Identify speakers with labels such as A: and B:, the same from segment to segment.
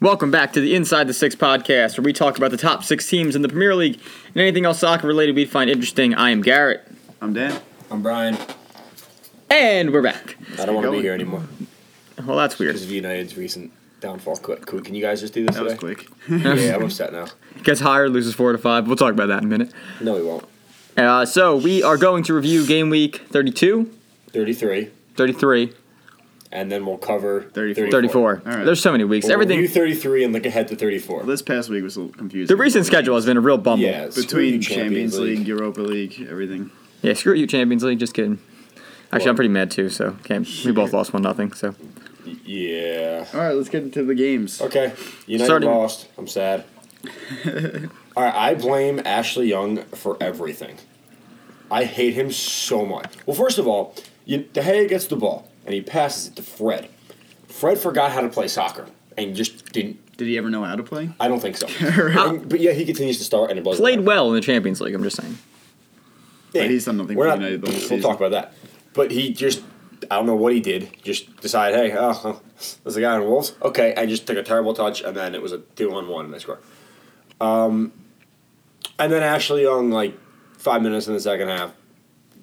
A: Welcome back to the Inside the Six podcast, where we talk about the top six teams in the Premier League and anything else soccer related we'd find interesting. I am Garrett,
B: I'm Dan.
C: I'm Brian.
A: and we're back.
C: I don't want to
B: going.
C: be here anymore
A: Well, that's weird.
C: because of United's recent downfall. Quick, quick, can you guys just do this?
B: That was
C: today?
B: quick.
C: yeah, I'm upset now.
A: Gets higher, loses four to five. We'll talk about that in a minute.
C: No, we won't.
A: Uh, so we are going to review game week 32,
C: 33,
A: 33,
C: and then we'll cover
B: 34.
A: 34.
B: right.
A: There's so many weeks.
C: We'll
A: Everything.
C: review 33 and look ahead to 34.
B: This past week was a little confusing.
A: the recent schedule has been a real bumble.
C: yeah, screw
B: between
C: you,
B: Champions League, Europa League, everything.
A: Yeah, screw you, Champions League. Just kidding. Actually, I'm
C: Well-
A: pretty mad too. So can't, we both lost one nothing. So
C: Yeah.
B: All right, let's get into the games.
C: Okay. United
A: Starting-
C: lost. I'm sad. All right, I blame Ashley Young for everything. I hate him so much. Well, first of all, you, De Gea gets the ball and he passes it to Fred. Fred forgot how to play soccer and just didn't.
B: Did he ever know how to play?
C: I don't think so. Um, but yeah, he continues to start and it blows.
A: played well in the Champions League. I'm just saying.
C: Yeah,
B: But he's done nothing
C: we're
B: for
C: not-
B: United the whole
C: We'll
B: season.
C: talk about that. But he just, I don't know what he did. Just decided, hey, oh, there's a guy on Wolves. Okay, I just took a terrible touch, and then it was a two on one, and I scored. Um, and then Ashley Young, like five minutes in the second half,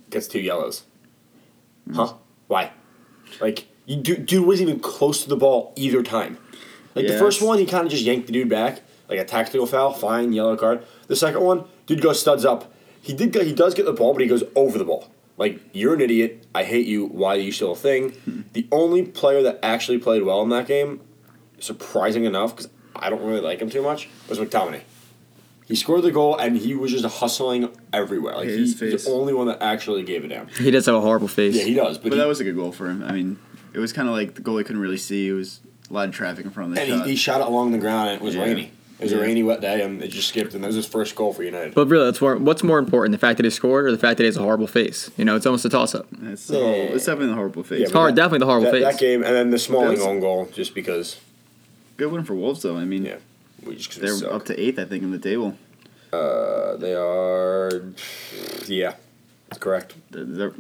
C: gets two yellows. Huh? Why? Like, you, dude, dude wasn't even close to the ball either time. Like
B: Yes.
C: the first one, he kind of just yanked the dude back, like a tactical foul, fine, yellow card. The second one, dude goes studs up. He did, go- he does get the ball, but he goes over the ball. Like you're an idiot. I hate you. Why are you still a
B: Hmm.
C: thing? the only player that actually played well in that game, surprising enough, because I don't really like him too much, was McTominay. He scored the goal and he was just hustling everywhere. Like
B: His
C: he's
B: face.
C: the only one that actually gave it down.
A: He does have a horrible face.
C: Yeah, he does. But,
B: But
C: he,
B: that was a good goal for him. I mean, it was kind of like the goalie couldn't really see. It was a lot of traffic in front of the
C: and
B: shot.
C: he, he shot it along the ground and it was
B: Yeah.
C: rainy. It was
B: Yeah.
C: a rainy, wet day and it just skipped. And that was his first goal for United.
A: But really, that's more, what's more important, the fact that he scored or the fact that he has a horrible face? You know, it's almost a toss-up.
B: it's, a horrible, it's definitely a horrible face.
C: Yeah,
A: It's hard,
C: that-
A: definitely the horrible
C: that,
A: face.
C: that game and then the Smalling
B: That's-
C: own goal just because
B: Good one for Wolves, though. I mean,
C: yeah we just cause
B: they're up to eighth, I think, in the table.
C: they are yeah that's correct
B: They're- they're-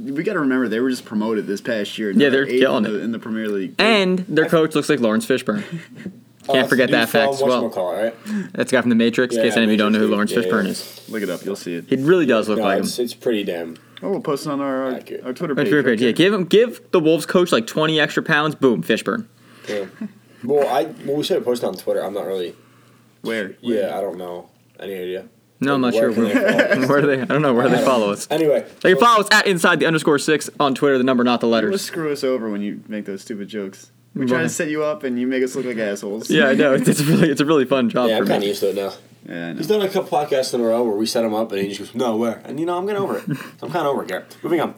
B: we got to remember they were just promoted this past year.
A: Yeah, they're
B: Eighth
A: killing
B: in
A: it.
B: the, in the Premier League.
A: and their coach looks like Lawrence Fishburne. Can't forget that fact as well.
C: Call, right?
A: That's the guy from The Matrix, in case
C: Yeah,
A: any of you don't know who Lawrence
C: Matrix, yeah,
A: Fishburne
C: yeah.
A: is.
B: Look it up, you'll see it.
A: He really does look
C: No,
A: like him.
C: it's, it's pretty damn
B: Oh, we'll post it on our our,
C: Accurate.
B: our Twitter
A: On
B: page.
A: his career page,
B: right
A: yeah,
B: there.
A: give him, give the Wolves coach like 20 extra pounds, boom, Fishburne.
C: yeah. well I well we should have posted on Twitter I'm not really
B: Where?
C: yeah I don't know any idea
A: No, I'm not
C: Where
A: sure.
C: can they follow
A: Where,
C: us?
A: where do they? I don't know where they follow us.
C: anyway
A: They can follow us at inside the underscore six on Twitter, the number, not the
B: You always
A: letters.
B: screw us over when you make those stupid jokes. We try
A: Why?
B: to set you up and you make us look like assholes.
A: Yeah, I know. It's, it's really, it's a really fun job
C: yeah
A: for
C: I'm kind of
A: me.
C: used to it now
B: Yeah, I know.
C: he's done a couple podcasts in a row where we set him up and he just goes no where and you know I'm getting over it I'm kind of over it Garrett moving on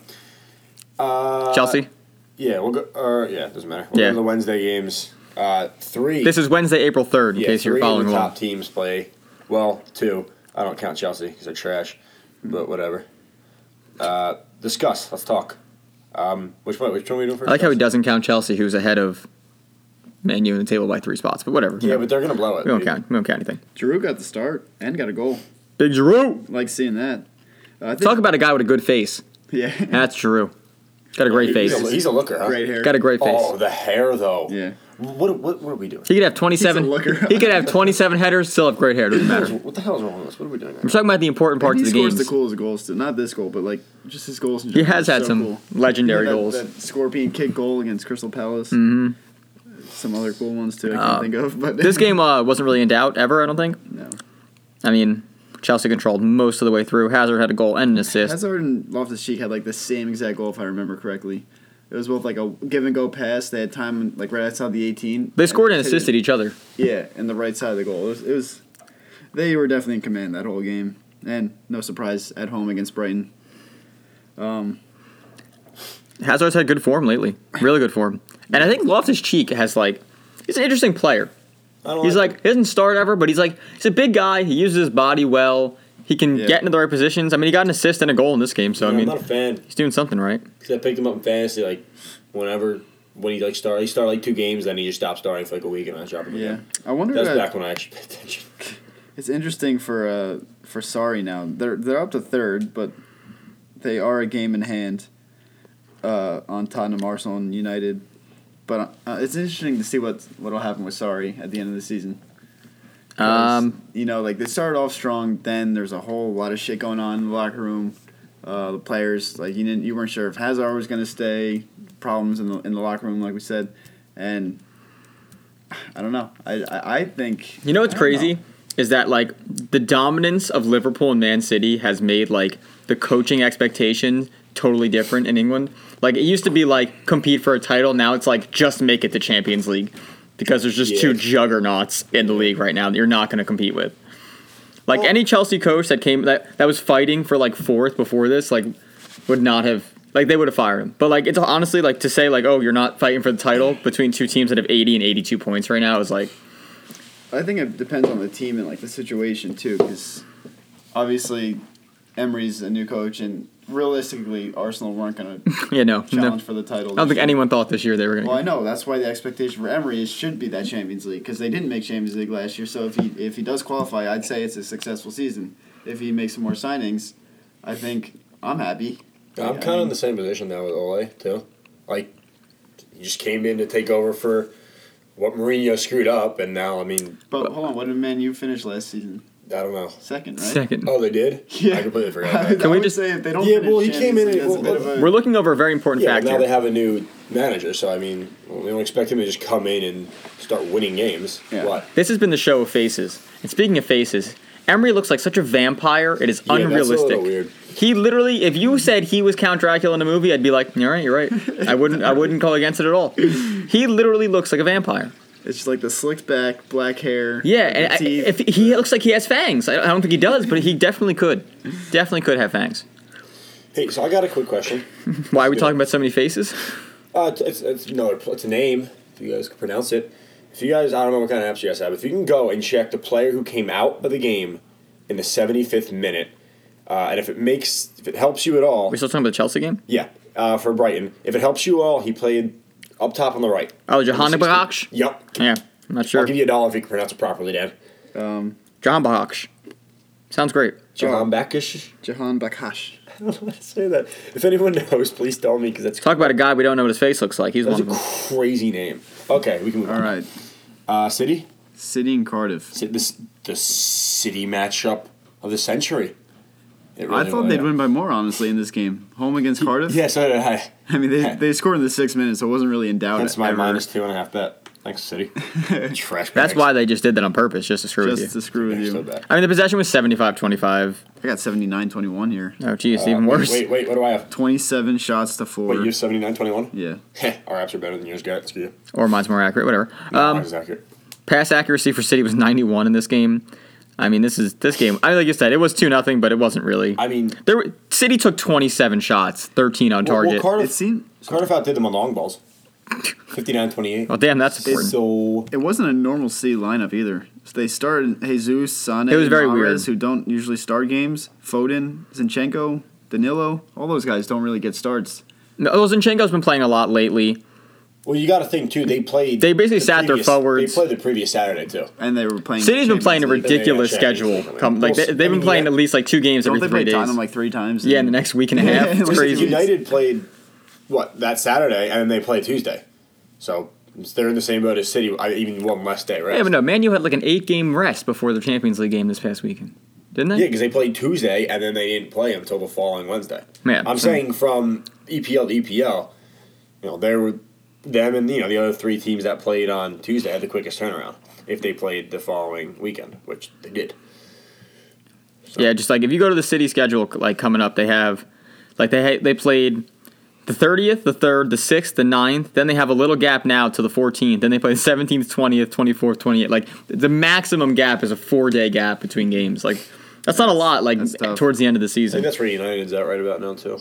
C: uh,
A: Chelsea.
C: Yeah, we'll go. Or yeah, doesn't matter. We'll
A: Yeah.
C: go to the Wednesday games. Uh, three.
A: This is Wednesday, April 3rd, in
C: yeah,
A: case you're
C: three of
A: following
C: the
A: along.
C: top teams play. Well, two. I don't count Chelsea because they're trash, but whatever. Uh, discuss. Let's talk. Um, which one? Which one are we doing first?
A: I like how he
C: Chelsea?
A: doesn't count Chelsea, who's ahead of Man U in the table by three spots, but whatever.
C: Yeah, but they're gonna blow it.
A: we don't
C: dude.
A: count. We don't count anything.
B: Giroud got the start and got a goal.
A: Big Giroux.
B: Like seeing that. Uh, I think,
A: Talk about a guy with a good face.
B: yeah,
A: That's Giroux. Got a great face.
C: He's a, he's a looker, huh?
B: great hair.
A: Got a great
C: Oh,
A: face.
C: the hair though.
B: Yeah,
C: What what what are we doing?
A: He could have 27.
B: He's a looker.
A: He could have 27 headers, still have great hair. Doesn't matter. I'm
C: What the hell is wrong with us? What are we doing? Right
A: talking about the important parts
B: he
A: of the
B: scores
A: games.
B: the coolest goals. Too. Not this goal, but like just his goals. In
A: He
B: general
A: has
B: are
A: had
B: so
A: some
B: cool.
A: legendary
B: that,
A: goals.
B: That scorpion kick goal against Crystal Palace. Some other cool ones too. I can't
A: Mm-hmm. Uh,
B: think of. But
A: This game uh, wasn't really in doubt ever. I don't think.
B: no.
A: I mean, Chelsea controlled most of the way through. Hazard had a goal and an assist.
B: Hazard and Loftus Cheek had like the same exact goal if I remember correctly. It was both like a give and go pass. They had time like right outside the 18.
A: They scored and
B: hit it.
A: assisted each other.
B: Yeah, and the right side of the goal. It was, it was they were definitely in command that whole game, and no surprise at home against Brighton.
A: Hazard's had good form lately. Really good form. And I think Loftus Cheek has like he's an interesting player.
C: now? I don't
A: He's like he doesn't start ever, but he's like he's a big guy. He uses his body well. He can
B: Yeah.
A: get into the right positions. I mean, he got an assist and a goal in this game, so
C: Yeah,
A: I mean,
C: I'm not a fan.
A: he's doing something right.
C: Because I picked him up in fantasy, like, whenever, when he, like, started, he started, like, two games, then he just stopped starting for, like, a week, and I was dropping him
B: Yeah,
C: again.
B: I wonder.
C: That's
B: uh,
C: back when I actually paid attention.
B: It's interesting for uh for Sari now. They're they're up to third, but they are a game in hand uh, on Tottenham, Arsenal, and United. But uh, it's interesting to see what what'll happen with Sari at the end of the season. 'Cause,
A: Um,
B: you know, like they started off strong. Then there's a whole lot of shit going on in the locker room. Uh, the players, like you didn't, you weren't sure if Hazard was going to stay. Problems in the in the locker room, like we said, and I don't know. I I, I think
A: You know what's
B: I don't
A: crazy is that like the dominance of Liverpool and Man City has made like the coaching expectation totally different in England. Like it used to be like compete for a title, now it's like just make it to Champions League because there's just two
C: Yeah.
A: juggernauts in the league right now that you're not going to compete with. Like any Chelsea coach that came that that was fighting for like fourth before this, like would not have like they would have fired him. But like it's honestly like to say like oh you're not fighting for the title between two teams that have 80 and 82 points right now is like
B: I think it depends on the team and like the situation too, because obviously Emery's a new coach, and realistically Arsenal weren't going to
A: you know
B: challenge for the title.
A: I don't
B: this
A: think
B: year.
A: anyone thought this year they were going
B: Well, I
A: to.
B: know that's why the expectation for Emery is should be that Champions League because they didn't make Champions League last year. So if he if he does qualify, I'd say it's a successful season. If he makes some more signings, I think I'm happy.
C: I'm kind of in the same position now with Ole too. Like, he just came in to take over for what Mourinho screwed up, and now I mean
B: But hold on, what did Man U finish last season?
C: I don't know.
B: Second, right?
A: Second,
C: Oh, they did.
B: Yeah.
C: I completely forgot.
B: I,
C: About that.
A: Can we
B: would
A: just-
B: say if they don't?
C: Yeah,
B: finish
C: well, he
B: Champions
C: came in
B: League,
C: and-
B: that's a bit of a-
A: we're looking over a very important
C: Yeah, but
A: fact
C: now
A: here.
C: they have a new manager, so I mean, we don't expect him to just come in and start winning games.
B: Yeah.
C: What?
A: this has been the show of faces. And speaking of faces, Emery looks like such a vampire. It is
C: Yeah, that's a little
A: unrealistic.
C: weird.
A: He literally, if you said he was Count Dracula in a movie, I'd be like, "All right, you're right." I wouldn't, I wouldn't go against it at all. He literally looks like a vampire.
B: it's just like the slicked back, black hair.
A: Yeah,
B: the
A: and I,
B: teeth.
A: if he looks like he has fangs, I I don't think he does, but he definitely could, definitely could have fangs.
C: Hey, so I got a quick question.
A: Why are we
C: Yeah.
A: talking about so many faces?
C: Uh, it's, it's, it's no, it's a name. If you guys can pronounce it, if you guys, I don't know what kind of apps you guys have. If you can go and check the player who came out of the game in the 75th minute, uh, and if it makes, if it helps you at all,
A: We still talking about the Chelsea game?
C: yeah, uh, for Brighton, if it helps you at all, he played up top on the right.
A: Oh, Johanna
C: Number 16.
A: Bach.
C: Yup.
A: Yeah, I'm not
C: I'll
A: sure.
C: give you a dollar if you can pronounce it properly, Dan.
B: um,
A: John Bach. Sounds great.
C: Johan Bakish.
B: Jahan Bakash.
C: I don't know how to say that. If anyone knows, please tell me because that's
A: Talk about a guy we don't know what his face looks like. He's
C: that's
A: one
C: a
A: of them.
C: crazy name. Okay, we can move
B: All
C: on.
B: right,
C: Uh, City.
B: City and Cardiff.
C: Ci- This the City matchup of the century. It
B: I
C: really
B: thought
C: was.
B: they'd win by more, honestly, in this game. Home against Cardiff.
C: Yeah, so did I.
B: I mean, they, they scored in the six minutes, so it wasn't really in doubt.
C: That's my
B: ever,
C: minus two and a half bet. Thanks, City. Trash.
A: That's why they just did that on purpose, just to screw
B: Just
A: with
B: to
A: you.
B: screw with you.
A: I mean, the possession was 75 25.
B: I got 79 21 here.
A: Oh, geez, even worse.
C: Wait, wait. What do I have?
B: 27 shots to four.
C: Wait, you have seventy nine twenty one.
B: yeah.
C: Our apps are better than yours, guys. Screw you.
A: Or mine's more accurate, whatever.
C: Mine
A: Um,
C: is accurate.
A: pass accuracy for City was 91 in this game. I mean, this is this game. I mean, like you said, it was 2 0, but it wasn't really.
C: I mean,
A: There, were- City took 27 shots, 13 on
C: well, well,
A: target. Well,
B: It
C: Cardiff,
B: seemed
C: Cardiff outdid them on long balls. 59-28.
A: Oh, damn, that's important.
C: So
B: it wasn't a normal City lineup either. So they started Jesus, Sane,
A: It was very
B: Mahrez,
A: weird.
B: who don't usually start games, Foden, Zinchenko, Danilo. All those guys don't really get starts.
A: No, Ozenchenko's been playing a lot lately.
C: Well, you got to think too. They played.
A: They basically sat their
C: previous-
A: forwards.
C: They played the previous Saturday too.
B: And they were playing.
A: City's been playing a
B: Champions League.
A: ridiculous
C: Yeah, Champions
A: schedule.
C: League, I mean.
A: Come, like they, they've
C: I mean,
A: been playing
C: yeah.
A: at least like two games
B: Don't
A: every
B: they
A: three
B: play
A: days.
B: Tottenham like three times?
A: Yeah, in the next week and a half,
B: Yeah,
A: it's
B: like-
A: crazy.
C: United played what that Saturday, and then they play Tuesday. So they're in the same boat as City. I, even one less day, right?
A: Yeah, but no, Man U had like an eight-game rest before the Champions League game this past weekend, didn't they?
C: because they played Tuesday, and then they didn't play until the following Wednesday.
A: Yeah,
C: I'm
A: so-
C: saying from EPL to EPL, you know, there were them and you know the other three teams that played on Tuesday had the quickest turnaround if they played the following weekend, which they did.
A: Yeah, just like if you go to the city schedule, like coming up, they have, like they ha- they played the thirtieth, the third, the sixth, the 9th. Then they have a little gap now to the fourteenth. Then they play the seventeenth, twentieth, twenty fourth, twenty eighth. Like the maximum gap is a four day gap between games. Like that's not a lot. Like
B: That's tough.
A: towards the end of the
C: I think
A: season.
C: that's where United's at right about now too.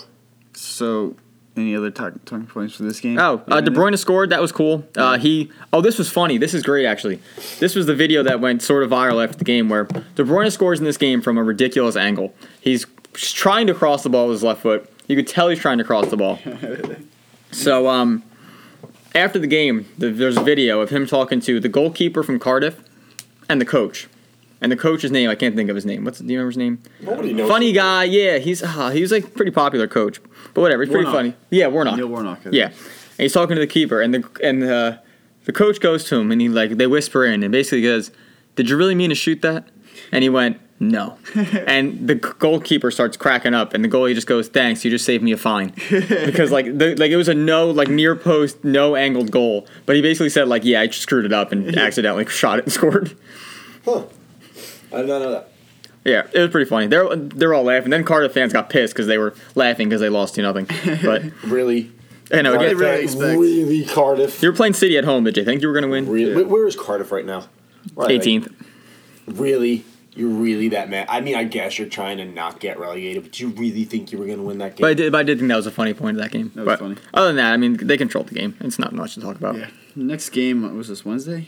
B: So, any other talk- talking points for this game?
A: Oh, uh, De Bruyne scored. That was cool. Uh, he. Oh, this was funny. This is great, actually. This was the video that went sort of viral after the game, where De Bruyne scores in this game from a ridiculous angle. He's trying to cross the ball with his left foot. You could tell he's trying to cross the ball. so, um, after the game, the, there's a video of him talking to the goalkeeper from Cardiff and the coach. And the coach's name, I can't think of his name. What's do you remember his name?
C: Nobody knows.
A: Funny ah, guy, yeah. He's uh, he was like pretty popular coach, but whatever. He's pretty
B: Warnock.
A: funny. Yeah, Warnock.
B: Neil Warnock.
A: Yeah. and he's talking to the keeper, and the and uh, the coach goes to him, and he like they whisper in, and basically goes, "Did you really mean to shoot that?" And he went, "No," and the goalkeeper starts cracking up, and the goalie just goes, "Thanks, you just saved me a fine," because like the, like it was a no like near post no angled goal, but he basically said like, "Yeah, I screwed it up and accidentally shot it and scored."
C: Huh. I did not know that.
A: Yeah, it was pretty funny. They're they're all laughing. Then Cardiff fans got pissed because they were laughing because they lost two nothing. But
C: Really?
A: I know
C: Cardiff,
A: again,
B: really
C: really,
B: expect-
C: Cardiff.
A: you were playing City at home. Did you think you were going to win?
C: Really, where- Where is Cardiff right now? Right, like,
A: Eighteenth.
C: really? You're really that mad? I mean, I guess you're trying to not get relegated, but you really think you were going to win that game?
A: But I, did, but I did think that was a funny point of that game.
B: That was
A: but
B: funny.
A: Other than that, I mean, they controlled the game. It's not much to talk about.
B: Yeah. Next game what was this Wednesday?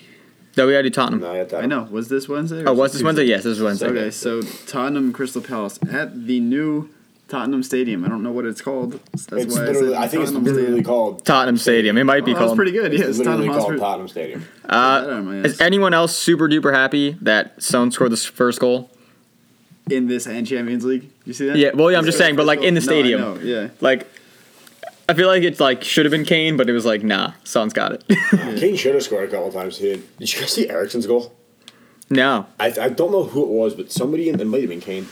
A: Though we already Tottenham.
C: no, I, got that
B: I know. Was this Wednesday? or
A: Oh, was this
B: Tuesday?
A: Wednesday? Yes, this is Wednesday.
B: Okay, so Tottenham Crystal Palace at the new Tottenham Stadium. I don't know what it's called. so That's
C: It's
B: why I,
C: literally,
B: said
C: I think it's
B: Tottenham
C: literally
B: Stadium.
C: called.
A: Tottenham Stadium. It might
B: Oh,
A: be
B: that was
A: called. Uh,
B: pretty good. Yeah,
C: It's
B: it's
C: literally
B: Tottenham
C: called
B: Hotspur.
C: Tottenham Stadium.
B: I don't know,
A: Is
B: yes.
A: anyone else super duper happy that Son scored the first goal?
B: in this and Champions League. You see that?
A: Yeah. Well, yeah. I'm just
B: Sorry,
A: saying, but
B: first
A: like
B: goal-
A: in the
B: No, I
A: stadium,
B: know, yeah.
A: like. I feel like it's like should have been Kane, but it was like nah, Son's got it.
C: Kane should have scored a couple times. He did. Did you guys see Ericsson's goal?
A: no,
C: I, I don't know who it was, but somebody in it might have been Kane.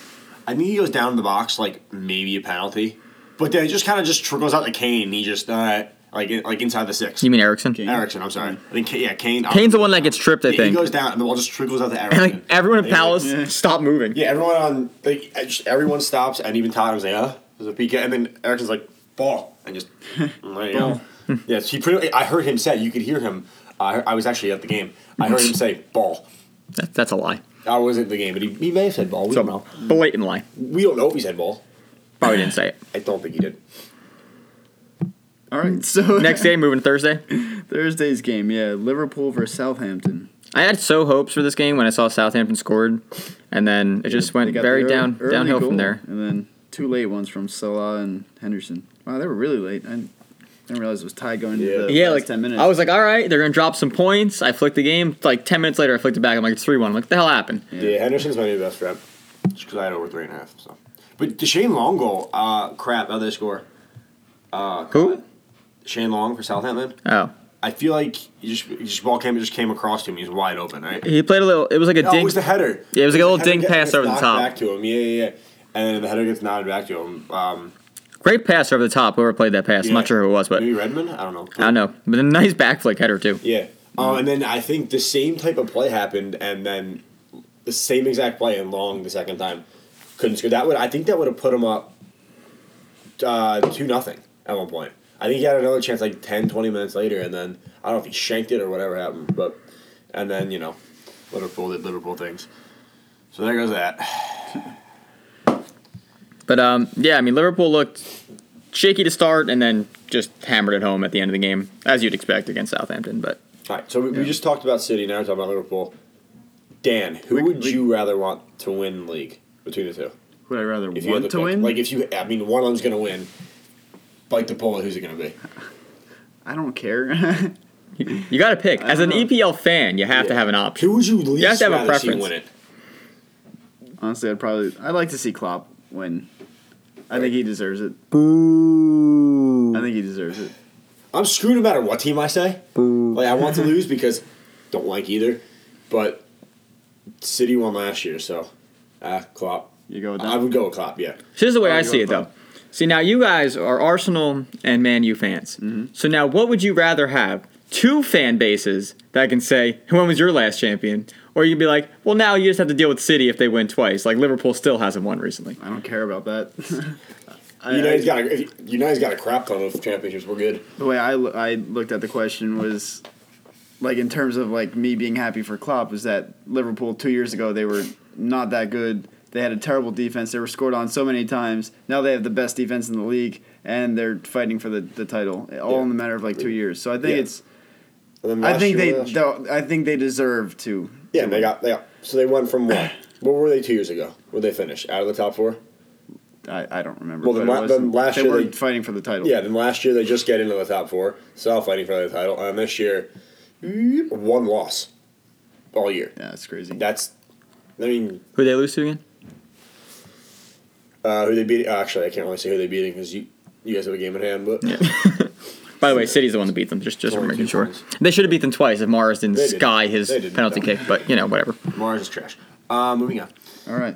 C: I think he goes down to the box like maybe a penalty, but then it just kind of just trickles out to Kane. And he just all right, like in- like inside the six.
A: you mean Erickson?
C: Erickson? I'm sorry. I think Ka- yeah, Kane.
A: Kane's the one that gets tripped, I
C: Yeah,
A: think.
C: he goes down and the ball just trickles out to
A: And
C: Erickson.
A: like everyone at
C: And he, like,
A: Palace
B: Yeah.
A: stop moving.
C: yeah, everyone on like just everyone stops and even Tottenham's like, huh? There's a PK, and then Ericsson's like, ball, and just there you go. Yes, he pretty. I heard him say. You could hear him. I, I was actually at the game. I heard him say ball.
A: That, that's a lie.
C: I was at the game, but he, he may have said ball. We don't know.
A: So blatant lie.
C: We don't know if he said ball.
A: Probably didn't say it.
C: I don't think he did.
B: All right. So
A: Next day, moving to Thursday.
B: Thursday's game. Yeah, Liverpool versus Southampton.
A: I had so hopes for this game when I saw Southampton scored, and then it just
B: They
A: went
B: got
A: very
B: the ear-
A: down
B: early
A: downhill
B: goal,
A: from there.
B: And then two late ones from Salah and Henderson. Wow, they were really late. I didn't didn't realize it was tied going into
C: Yeah.
B: the
A: Yeah,
B: last
A: like
B: ten minutes.
A: I was like, all right, they're gonna drop some points. I flicked the game. Like ten minutes later, I flicked it back. I'm like, it's three one. Like, what the hell happened?
C: Yeah, Henderson's my new best friend. Just because I had over three and a half. So, but the Shane Long goal, uh, crap, how they score?
A: Who?
C: Shane Long for Southampton.
A: Oh,
C: I feel like he just he just ball came, it just came across to him. He's wide open, right?
A: he played a little. It was like a
C: No, it
A: ding.
C: was the header.
A: Yeah, it was like a
C: The
A: little
C: header
A: ding
C: gets-
A: pass
C: gets
A: over the
C: knocked
A: top.
C: Back to him, yeah, yeah, yeah. And the header gets nodded back to him. Um,
A: Great pass over the top. Whoever played that pass, I'm
C: yeah.
A: not sure who it was, but I
C: maybe Redmond. I don't know.
A: don't know. But a nice back flick header too.
C: Yeah. Um, and then I think the same type of play happened, and then the same exact play and Long the second time couldn't score. That would I think that would have put him up uh, two nothing at one point. I think he had another chance like 10, 20 minutes later, and then I don't know if he shanked it or whatever happened, but and then you know Liverpool did Liverpool things. So there goes that.
A: But um, yeah, I mean Liverpool looked shaky to start, and then just hammered it home at the end of the game, as you'd expect against Southampton. But
C: All right, so we, we just talked about City. Now we're talking about Liverpool. Dan, who
B: We-
C: would
B: we-
C: you rather want to win league between the two?
B: would I rather want
C: If you had
B: to
C: to pick.
B: win?
C: like if you, I mean, one of them's gonna win. Bite the bullet. Who's it gonna be?
B: I don't care.
A: you got to pick. As an
B: know.
A: EPL fan, you have to
C: Uh-huh. Yeah.
A: have an option.
C: Who would you least
A: have to have a
C: rather see
A: preference.
C: win it?
B: Honestly, I'd probably I'd like to see Klopp win. I think he deserves it. I think he deserves it.
C: I'm screwed no matter what team I say. Like I want to lose because don't like either, but City won last year, so ah, Klopp.
B: You go with
C: I
B: that.
C: would go with Klopp. Yeah,
A: So this is the way
B: Oh,
A: I
B: you
A: see it,
B: want
A: though. See, now you guys are Arsenal and Man U fans. So now, what would you rather have? Two fan bases that can say, "When was your last champion?" Or you can be like, "Well, now you just have to deal with City if they win twice." Like Liverpool still hasn't won recently.
B: I don't care about that. I,
C: United's
B: I,
C: got a, if United's got a crap ton of championships. We're good.
B: the way I, lo- I looked at the question was like in terms of like me being happy for Klopp was that Liverpool 2 years ago they were not that good. They had a terrible defense. They were scored on so many times. Now they have the best defense in the league and they're fighting for the, the title all in the matter of like 2 years. So I think
C: Yeah.
B: it's
C: And then
B: I
C: last
B: think
C: year-
B: they
C: last year-
B: though, I think they deserve to.
C: yeah, and they got they got so they went from what? What were they two years ago? Where they finished out of the top four?
B: I, I don't remember.
C: Well, then
B: but it
C: la-
B: wasn't-
C: then last
B: they
C: year
B: were
C: they-
B: fighting for the title.
C: Yeah, then last year they just get into the top four, still fighting for the title, and this year, one loss all year.
B: Yeah, it's crazy.
C: That's, I mean,
A: Who they lose to again?
C: uh, who they beat? Actually, I can't really say who they beating because you you guys have a game in hand, but
A: By the way, City's the one that beat them. Just just for
C: Only
A: making
C: two
A: sure.
C: points.
A: They should have beat them twice if Mars didn't
C: They did.
A: sky his
C: They didn't,
A: penalty
C: no.
A: kick. But you know, whatever.
C: Mars is trash. Uh, moving on.
B: All right.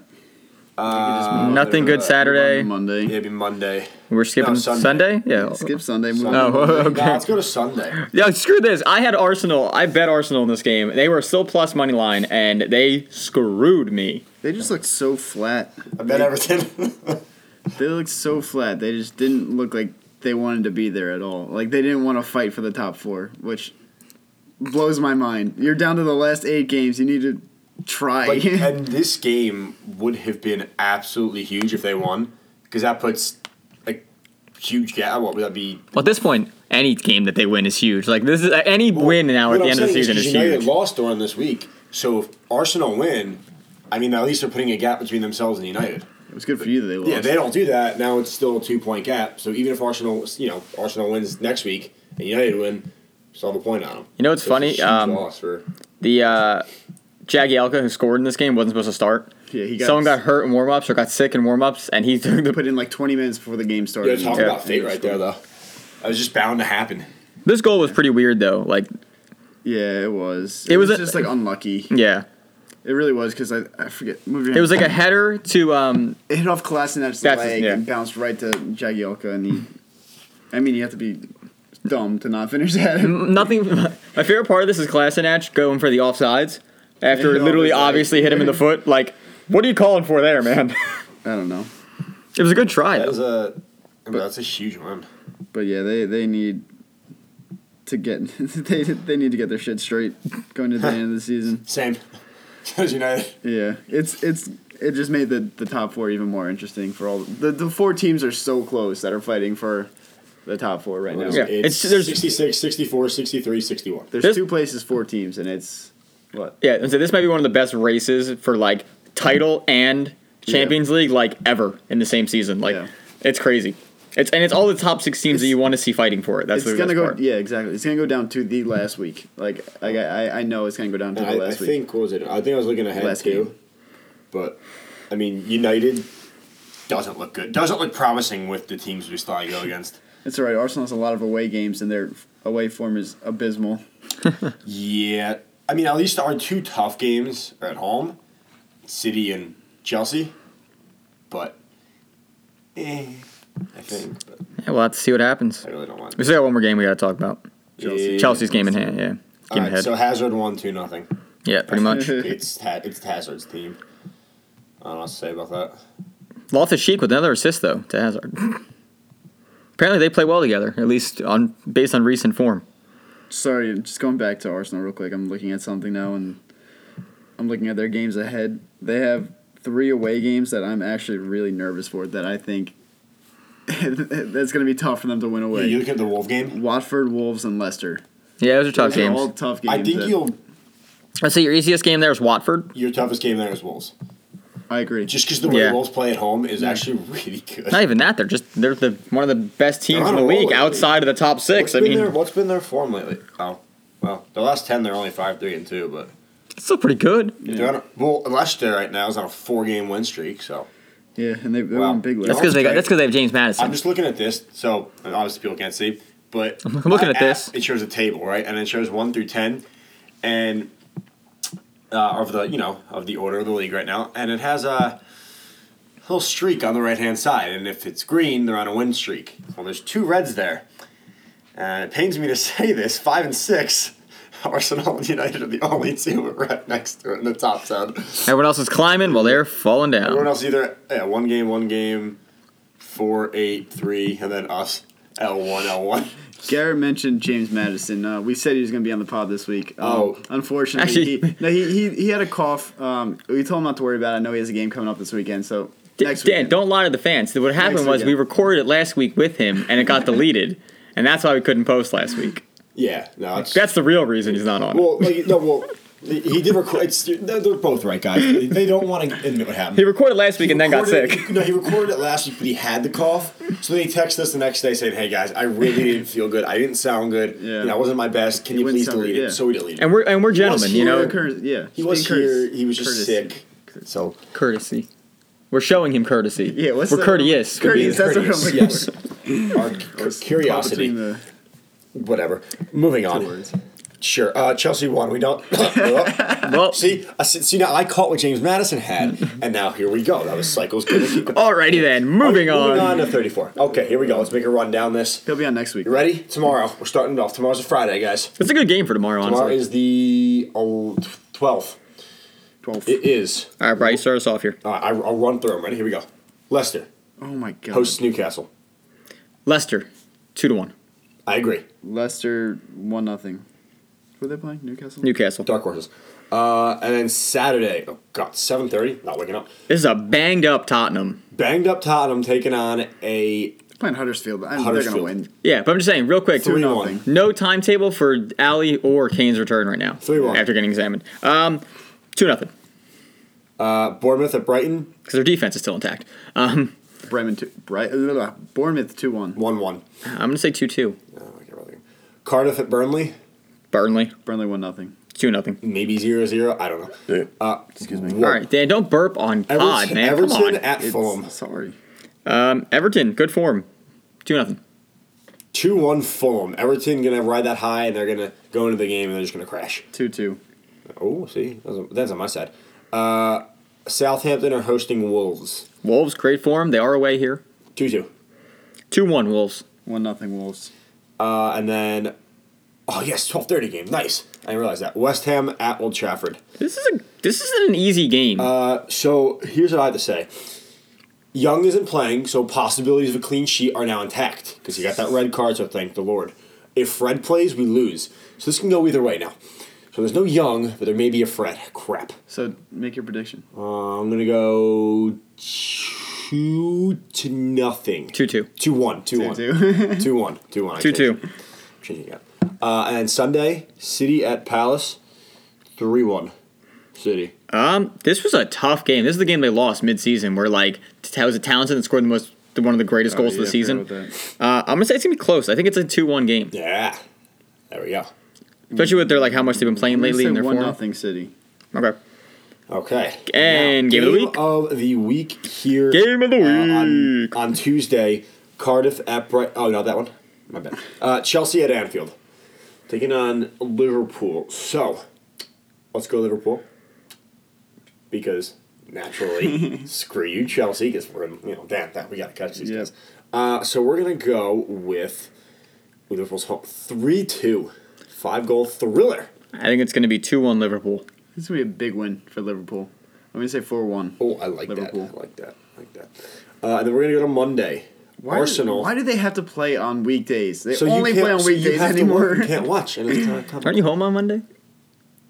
A: Nothing good
C: uh,
B: Monday.
A: Saturday.
B: Monday.
C: Yeah, it'd be Monday.
A: We're skipping
C: No,
A: Sunday.
C: Sunday.
A: Yeah.
B: Skip Sunday. Move
C: Sunday.
B: on.
A: Oh, okay.
C: Nah, let's go to Sunday.
A: Yeah, screw this. I had Arsenal. I bet Arsenal in this game. They were still plus money line, and they screwed me.
B: They just looked so flat.
C: I bet everything.
B: They looked so flat. They just didn't look like they wanted to be there at all. Like they didn't want to fight for the top four, which blows my mind. You're down to the last eight games. You need to try.
C: Like, and this game would have been absolutely huge if they won, because that puts a huge gap. What would that be?
A: Well, at this point, any game that they win is huge. Like this is any win now at
C: What
A: the
C: I'm
A: end of the
C: saying
A: season is
C: United
A: huge.
C: lost during this week, so if Arsenal win, I mean, at least they're putting a gap between themselves and United.
B: it was good for you that they lost.
C: Yeah, they don't do that. Now it's still a two point gap. So even if Arsenal, you know, Arsenal wins next week and United win, still have a point on them.
A: You know what's
C: So it's a
A: funny?
C: huge
A: Um,
C: loss for-
A: The uh, Jagielka who scored in this game wasn't supposed to start.
B: Yeah, he got-
A: someone got hurt in warm ups or got sick in warm ups, and he took the
B: put in like 20 minutes before the game started.
C: yeah, talk
A: Yeah.
C: about fate right there, though. That was just bound to happen.
A: This goal was pretty weird though. Like,
B: Yeah, it was. It,
A: It was
B: was,
A: a-
B: just like unlucky.
A: yeah,
B: It really was because I, I forget. Move your
A: it was like a header to um,
B: it hit off Kolasinac
A: That's-
B: leg
A: yeah.
B: and bounced right to Jagielka, and he. I mean, you have to be dumb to not finish that.
A: nothing. My favorite part of this is Klasenach going for the offsides after
B: Yeah,
A: literally
B: offside.
A: obviously hit him in the foot. Like, what are you calling for there, man?
B: I don't know,
A: it was a good try.
C: That
A: Though.
C: was a. I mean, that's a huge one.
B: but yeah, they they need to get they they need to get their shit straight going to the end of the season.
C: Same. As United.
B: Yeah, it's it's it just made the the top four even more interesting for all the the four teams are so close that are fighting for the top four right now.
A: Yeah,
C: It's,
A: it's- there's-
C: 66, 64, 63, 61.
B: There's
A: This-
B: two places, four teams, and it's what
A: Yeah, and so this might be one of the best races for like title and Champions League like ever in the same season. Like,
B: Yeah.
A: it's crazy. It's and it's all the top six teams that
B: It's-
A: you want to see fighting for it. That's
B: it's
A: the
B: gonna
A: best
B: go.
A: part.
B: Yeah, exactly. It's gonna go down to the last week. Like I I, I know it's gonna go down to
C: And
B: the
C: I, I
B: last week.
C: think, what was it? I think I was looking ahead
B: Last
C: too.
B: game.
C: But, I mean, United doesn't look good. Doesn't look promising with the teams we still go against.
B: It's all right. Arsenal has a lot of away games, and their away form is abysmal.
C: Yeah. I mean, at least our two tough games are at home City and Chelsea. But, eh, I think. But
A: Yeah, we'll have to see what happens.
C: I really don't want
A: We still got one more game we got to talk about.
C: Chelsea.
A: Chelsea's game in hand. Yeah, game
C: All right,
A: ahead.
C: so Hazard won 2 nothing.
A: yeah, pretty much.
C: it's, ha- it's Hazard's team. I don't know what to say about that.
A: Loftus Cheek with another assist though to Hazard. Apparently they play well together, at least on based on recent form.
B: Sorry, just going back to Arsenal real quick. I'm looking at something now, and I'm looking at their games ahead. They have three away games that I'm actually really nervous for. That I think that's gonna be tough for them to win
C: Yeah, you
B: away.
C: look at the Wolf game.
B: Watford, Wolves, and Leicester.
A: Yeah, those are tough
B: Those are
A: games.
B: all tough games.
C: I think
B: that-
C: you'll
A: Let's say your easiest game there is Watford.
C: your toughest game there is Wolves.
B: I agree.
C: Just because the way
A: Yeah.
C: Wolves play at home is actually really good.
A: Not even that; they're just they're the one of the best teams
C: They're
A: in
C: on
A: the
C: a roll
A: league
C: lately.
A: outside of the top six.
C: What's
A: I
C: been
A: mean,
C: their- what's been their form lately? Oh, well, the last ten they're only five three and two, but
A: it's still pretty good.
C: they're on a, well Leicester right now is on a four game win streak. So
B: yeah, and they, they
C: Wow.
B: won big
A: That's
B: league.
A: because they got
C: okay.
A: that's because they have James
C: I'm
A: Madison.
C: just looking at this. So and obviously people can't see, but I'm
A: looking at this.
C: It shows a table right, and it shows one through ten, and uh, of the you know of the order of the league right now, and it has a little streak on the right hand side, and if it's green, they're on a win streak. Well, there's two reds there. Uh, it pains me to say this, five and six. Arsenal and United are the only two right next to it in the top seven.
A: Everyone else is climbing while they're falling
C: Everyone
A: down.
C: else either yeah, one game, one game, four, eight, three, and then us L one, L one.
B: Garrett mentioned James Madison. Uh, we said he was going to be on the pod this week. Um,
C: Oh.
B: unfortunately,
A: Actually-
B: he, no, he, he he had a cough. Um, we told him not to worry about. it. I know he has a game coming up this weekend, so
A: D-
B: next
A: Dan,
B: weekend.
A: don't lie to the fans. What happened was we
B: weekend.
A: recorded it last week with him, and it got deleted, and that's why we couldn't post last week.
C: Yeah, no, it's,
A: That's the real reason he's not on. it.
C: well, like, no, well, he did record. It's, they're they're both right, guys. They- They don't want to admit what happened.
A: He recorded last week and then got
C: recorded-
A: sick.
C: No, he recorded it last week, but he had the cough. So then he texted us the next day saying, "Hey guys, I really didn't feel good. I didn't sound good.
B: Yeah.
C: You know, I wasn't my best. Can you
B: wouldn't
C: please
B: sound
C: delete
B: good,
C: it?"
B: yeah.
C: So we deleted. it.
A: And we're and we're gentlemen, you know.
B: Yeah, Curtis- yeah,
C: He was
B: being courtesy.
C: here. He was just
B: Courtesy.
C: sick. So
A: courtesy. We're showing him courtesy.
B: Yeah, what's
A: we're
B: the-
A: courteous.
B: Courteous,
A: We're being-
B: that's what I'm
C: courteous,
B: looking
C: yes. Our
B: Caught between
C: curiosity.
B: the-
C: whatever. Moving on. Sure. Uh, Chelsea won. We don't.
A: Well,
C: see, I see, see, now I caught what James Madison had, and now here we go. That was cycles. Gonna keep going.
A: alrighty then. Moving on.
C: Moving on to 34. Okay, here we go. Let's make a run down this.
B: He'll be on next week.
C: You ready? Tomorrow. We're starting it off. Tomorrow's a Friday, guys.
A: It's a good game for tomorrow,
C: Tomorrow
A: honestly.
C: is the oh, 12th.
B: 12th.
C: It is.
A: All right, Bryce, start us off here.
C: All right, I, I'll run through them. Ready? Here we go. Leicester
B: oh my god.
C: hosts Newcastle.
A: Leicester, two to one.
C: I agree.
B: Leicester one nothing. Who are they playing? Newcastle.
A: Newcastle.
C: Dark horses. Uh, and then Saturday. Oh God, 7:30. Not waking up.
A: This is a banged up Tottenham.
C: Banged up Tottenham taking on a
B: playing Huddersfield. I they're
C: Huddersfield.
B: gonna win.
A: Yeah, but I'm just saying, real quick.
B: Two
C: Three one.
B: nothing.
A: No timetable for Ali or Kane's return right now.
C: 3-1.
A: After getting examined. Um, two nothing
C: uh, Bournemouth at Brighton.
A: because their defense is still intact. Um,
B: Bremen two. Bright, uh, Bournemouth two one.
C: One one.
A: I'm gonna say two two.
C: Cardiff at Burnley.
A: Burnley,
B: Burnley one nothing.
A: two nothing.
C: Maybe zero zero. I don't know. Uh,
B: Excuse me.
A: All right, Dan, don't burp on pod,
C: Everton,
A: man. Come
C: Everton
A: on.
C: at
B: It's-
C: Fulham.
B: Sorry.
A: um, Everton, good form. Two nothing.
C: Two one Fulham. Everton gonna ride that high and they're gonna go into the game and they're just gonna crash.
B: Two two.
C: Oh, see, that's, that's on my side. Uh, Southampton are hosting Wolves.
A: Wolves, great form. They are away here.
C: Two two.
A: Two one Wolves.
B: One nothing Wolves.
C: Uh, and then, oh yes, twelve thirty game. Nice. I didn't realize that. West Ham at Old Trafford.
A: This is a this isn't an easy game.
C: Uh, so here's what I have to say. Young isn't playing, so possibilities of a clean sheet are now intact because he got that red card. So thank the Lord. If Fred plays, we lose. So this can go either way now. So there's no Young, but there may be a Fred. Crap.
B: So make your prediction.
C: Uh, I'm gonna go two to nothing.
A: two two.
C: Two one. Two one.
B: Two two.
C: Two one. Two one. I
A: Two two.
C: changed- Changing it up. Uh, and then Sunday, City at Palace, three one. City.
A: Um, this was a tough game. This is the game they lost mid-season, where like t- was it Townsend that scored the most, one of the greatest goals
B: Oh, Yeah,
A: of
B: I
A: the
B: forgot
A: season.
B: about that.
A: Uh, I'm gonna say it's gonna be close. I think it's a two-one game,
C: Yeah. There we go.
A: especially with their like how much they've been playing
B: I'm gonna
A: lately
B: say
A: and their
B: one
A: form.
B: nothing City.
A: Okay.
C: Okay.
A: And game of the week.
C: of the week here.
A: Game of the
C: uh, on-
A: week.
C: on, Tuesday, Cardiff at Bright. Oh, not that one. My bad. Uh, Chelsea at Anfield, taking on Liverpool. So, let's go Liverpool because naturally, screw you Chelsea because we're gonna, you know damn that we gotta catch these
B: Yeah.
C: guys. Uh, so we're gonna go with Liverpool's home three two, five goal thriller.
A: I think it's gonna be two-one Liverpool.
B: This is gonna be a big win for Liverpool. I'm gonna say four one.
C: Oh, I like
B: Liverpool.
C: that. I like that. I like that. Uh, and then we're gonna go to Monday. Arsenal.
B: why do they have to play on weekdays? They
C: so you
B: only
C: can't-
B: play on
C: so you
B: weekdays
C: have to work,
B: anymore.
C: you can't watch. And it's kind of
A: Aren't you home on Monday?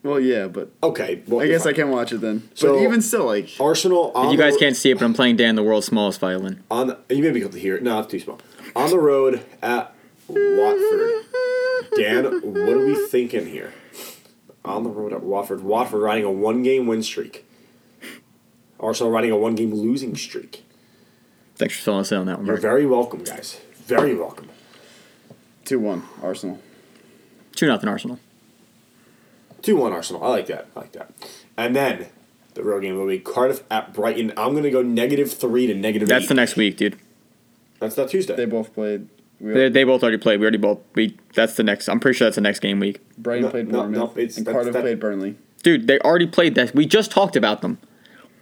B: well, yeah, but
C: Okay. Well,
B: I guess I
C: fine.
B: can watch it then.
C: So-
B: but even still, like
C: Arsenal. On
A: You guys
C: the,
A: can't see it, but I'm playing Dan the world's smallest violin.
C: On the, you may be able to hear it. No, it's too small. On the road at Watford. Dan, what are we thinking here? On the road at Watford. Watford riding a one-game win streak. Arsenal riding a one-game losing streak.
A: Thanks for filling us in on that one.
C: You're
A: Mark.
C: very welcome, guys. Very welcome.
B: two one Arsenal.
A: Two nothing Arsenal.
C: Two one Arsenal. I like that. I like that. And then the real game will be Cardiff at Brighton. I'm gonna go negative three to negative.
A: That's
C: eight.
A: the next week, dude.
C: That's not
B: They
C: Tuesday.
B: both played. We,
A: They, they both already played. We already both. We that's the next. I'm pretty sure that's the next game week,
B: Brighton
C: No,
B: played
C: no, no,
B: Bournemouth
C: it's-
B: and
C: that's-
B: Cardiff
C: that-
B: played Burnley.
A: dude. They already played that. We just talked about them.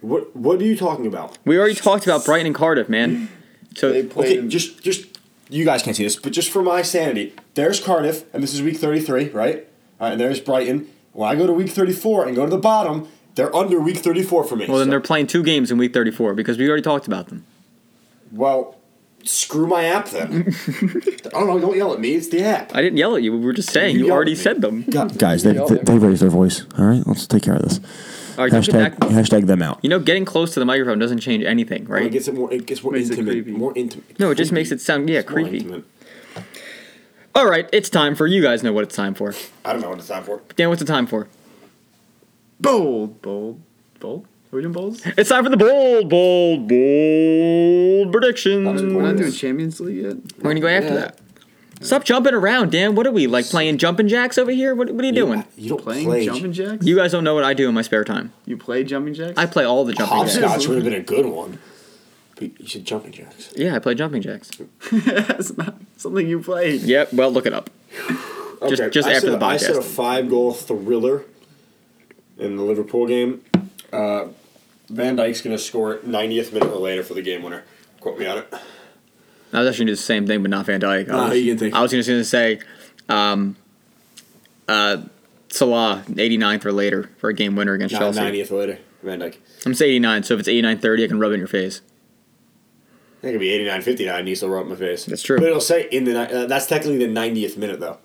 C: What What are you talking about?
A: We already talked about Brighton and Cardiff, man. So
B: They played.
C: Okay, just just you guys can't see this, but just for my sanity, there's Cardiff, and this is week 33, right? All right, and there's Brighton. When I go to week 34 and go to the bottom, they're under week 34 for me.
A: Well, then
C: So-
A: they're playing two games in week 34 because we already talked about them.
C: well. Screw my app then. I don't know. Don't yell at me. It's the app.
A: I didn't yell at you. We were just saying. You,
C: yelled
A: already
C: at me.
A: said them.
D: guys, they, they, they raised their voice. All right, let's take care of this.
A: All right, don't
D: Hashtag,
A: get back.
D: hashtag them out.
A: You know, getting close to the microphone doesn't change anything,
C: It
A: right?
C: gets it more. It gets more
B: Makes it
C: intimate.
B: creepy.
C: more intimate.
A: No, it just
C: Creepy.
A: makes it sound, yeah,
C: It's more
A: creepy.
C: intimate.
A: All right, it's time for you guys know what it's time for.
C: I don't know what it's time for.
A: Dan, what's the time for?
B: Bold, bold, bold. Are we doing bowls?
A: It's time for the bold, bold, bold predictions.
C: was
B: We're
A: We're
B: not
C: Yes.
B: doing Champions League yet.
A: going to go after
C: Yeah.
A: that. Stop jumping around, Dan. What are we, like playing jumping jacks over here? What, what are you doing?
C: You don't
B: Playing
C: play.
B: jumping jacks.
A: You guys don't know what I do in my spare time.
B: You play jumping jacks.
A: I play all the jumping jacks.
C: Hopscotch would have been a good one. But you said jumping jacks.
A: Yeah, I play jumping jacks.
B: That's not something you play.
A: Yep, well, look it up. Just-
C: Okay,
A: just
C: I
A: after
C: said
A: the
C: a- I said
A: podcast.
C: a five goal thriller in the Liverpool game. Uh, Van Dyke's going to score it 90th minute or later for the game winner. Quote me on it.
A: I was actually gonna do the same thing, but not Van Dyke.
E: Nah,
A: I was,
E: you can take
A: I was just gonna say, um, uh, Salah 89th or later for a game winner against
C: Not
A: Chelsea.
C: 90th or later. Van Dyke.
A: I'm saying 89, so if it's 89:30, I can rub it in your face.
C: I think it'd be 89 59. He's still right in my face.
A: That's true.
C: But it'll say in the. ni- Uh, that's technically the 90th minute, though.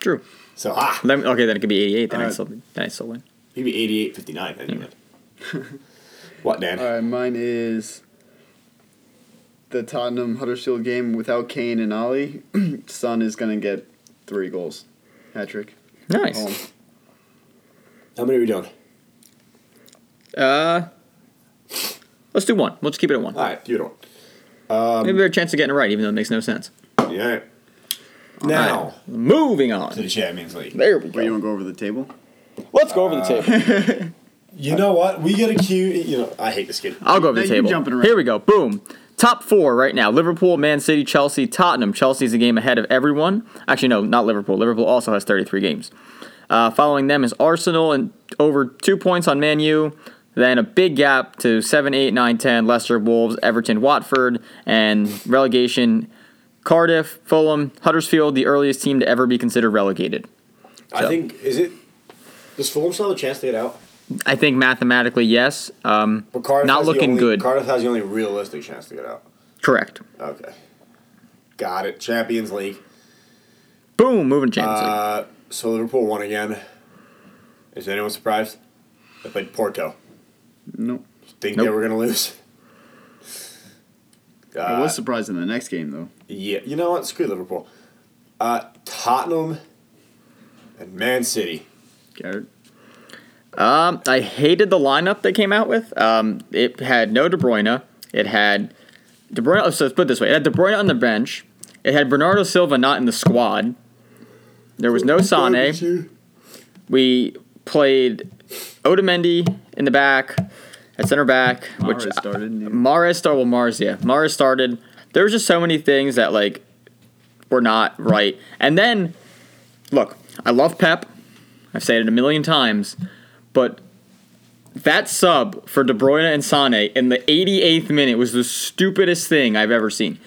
A: True.
C: So, ah,
A: Then, okay, then it could be 88. Then I
B: Alright.
A: still then I still win.
C: maybe 88 59. Anyway. what, Dan?
B: All right, mine is the Tottenham Huddersfield game without Kane and Ollie. Son is gonna get three goals, hat trick.
A: Nice.
B: Home.
C: How many are we doing?
E: Oh.
A: Uh, let's do one. Let's keep it at one.
C: All right, you don't.
E: Um,
A: Maybe there's a chance of getting it right, even though it makes no sense.
C: Yeah. Now,
A: Moving
C: to
A: on.
C: the Champions League.
A: There we
B: Wait, you
A: go.
B: want to go over the table?
A: Let's go over the
E: Uh,
A: table.
C: You know what? We get a cue. You know, I hate this kid.
A: I'll go over
B: Now
A: the
B: you
A: table.
B: jumping around.
A: Here we go. Boom. Top four right now: Liverpool, Man City, Chelsea, Tottenham. Chelsea's a game ahead of everyone. Actually, no, not Liverpool. Liverpool also has 33 games. Uh, following them is Arsenal and over two points on Man U. Then a big gap to 7, 8, 9, 10, Leicester, Wolves, Everton, Watford, and relegation Cardiff, Fulham, Huddersfield, the earliest team to ever be considered relegated.
C: I
A: So-
C: think is it. Does Fulham still have a chance to get out?
A: I think mathematically, yes. Um,
C: But Cardiff
A: not
C: has the
A: looking
C: only-
A: good.
C: Cardiff has the only realistic chance to get out.
A: Correct.
C: Okay, got it. Champions League.
A: Boom, moving to Champions League.
C: Uh, so Liverpool won again. Is anyone surprised? They played Porto.
B: Nope.
C: Think they
A: Nope.
C: were going to lose?
B: I was surprised in the next game though.
C: Yeah, you know what? Screw Liverpool. Uh, Tottenham and Man City.
B: Garrett.
A: Um, I hated the lineup they came out with. Um, it had no De Bruyne. It had De Bruyne. oh, So let's put it this way: it had De Bruyne on the bench. It had Bernardo Silva not in the squad. There was no Sane. We played Otamendi in the back at center back,
B: Mahrez
A: which
B: started. and
A: Mares started. Well, Mares, yeah, Mares started. There was just so many things that like were not right. And then, look, I love Pep. I've said it a million times, but that sub for De Bruyne and Sane in the 88th minute was the stupidest thing I've ever seen.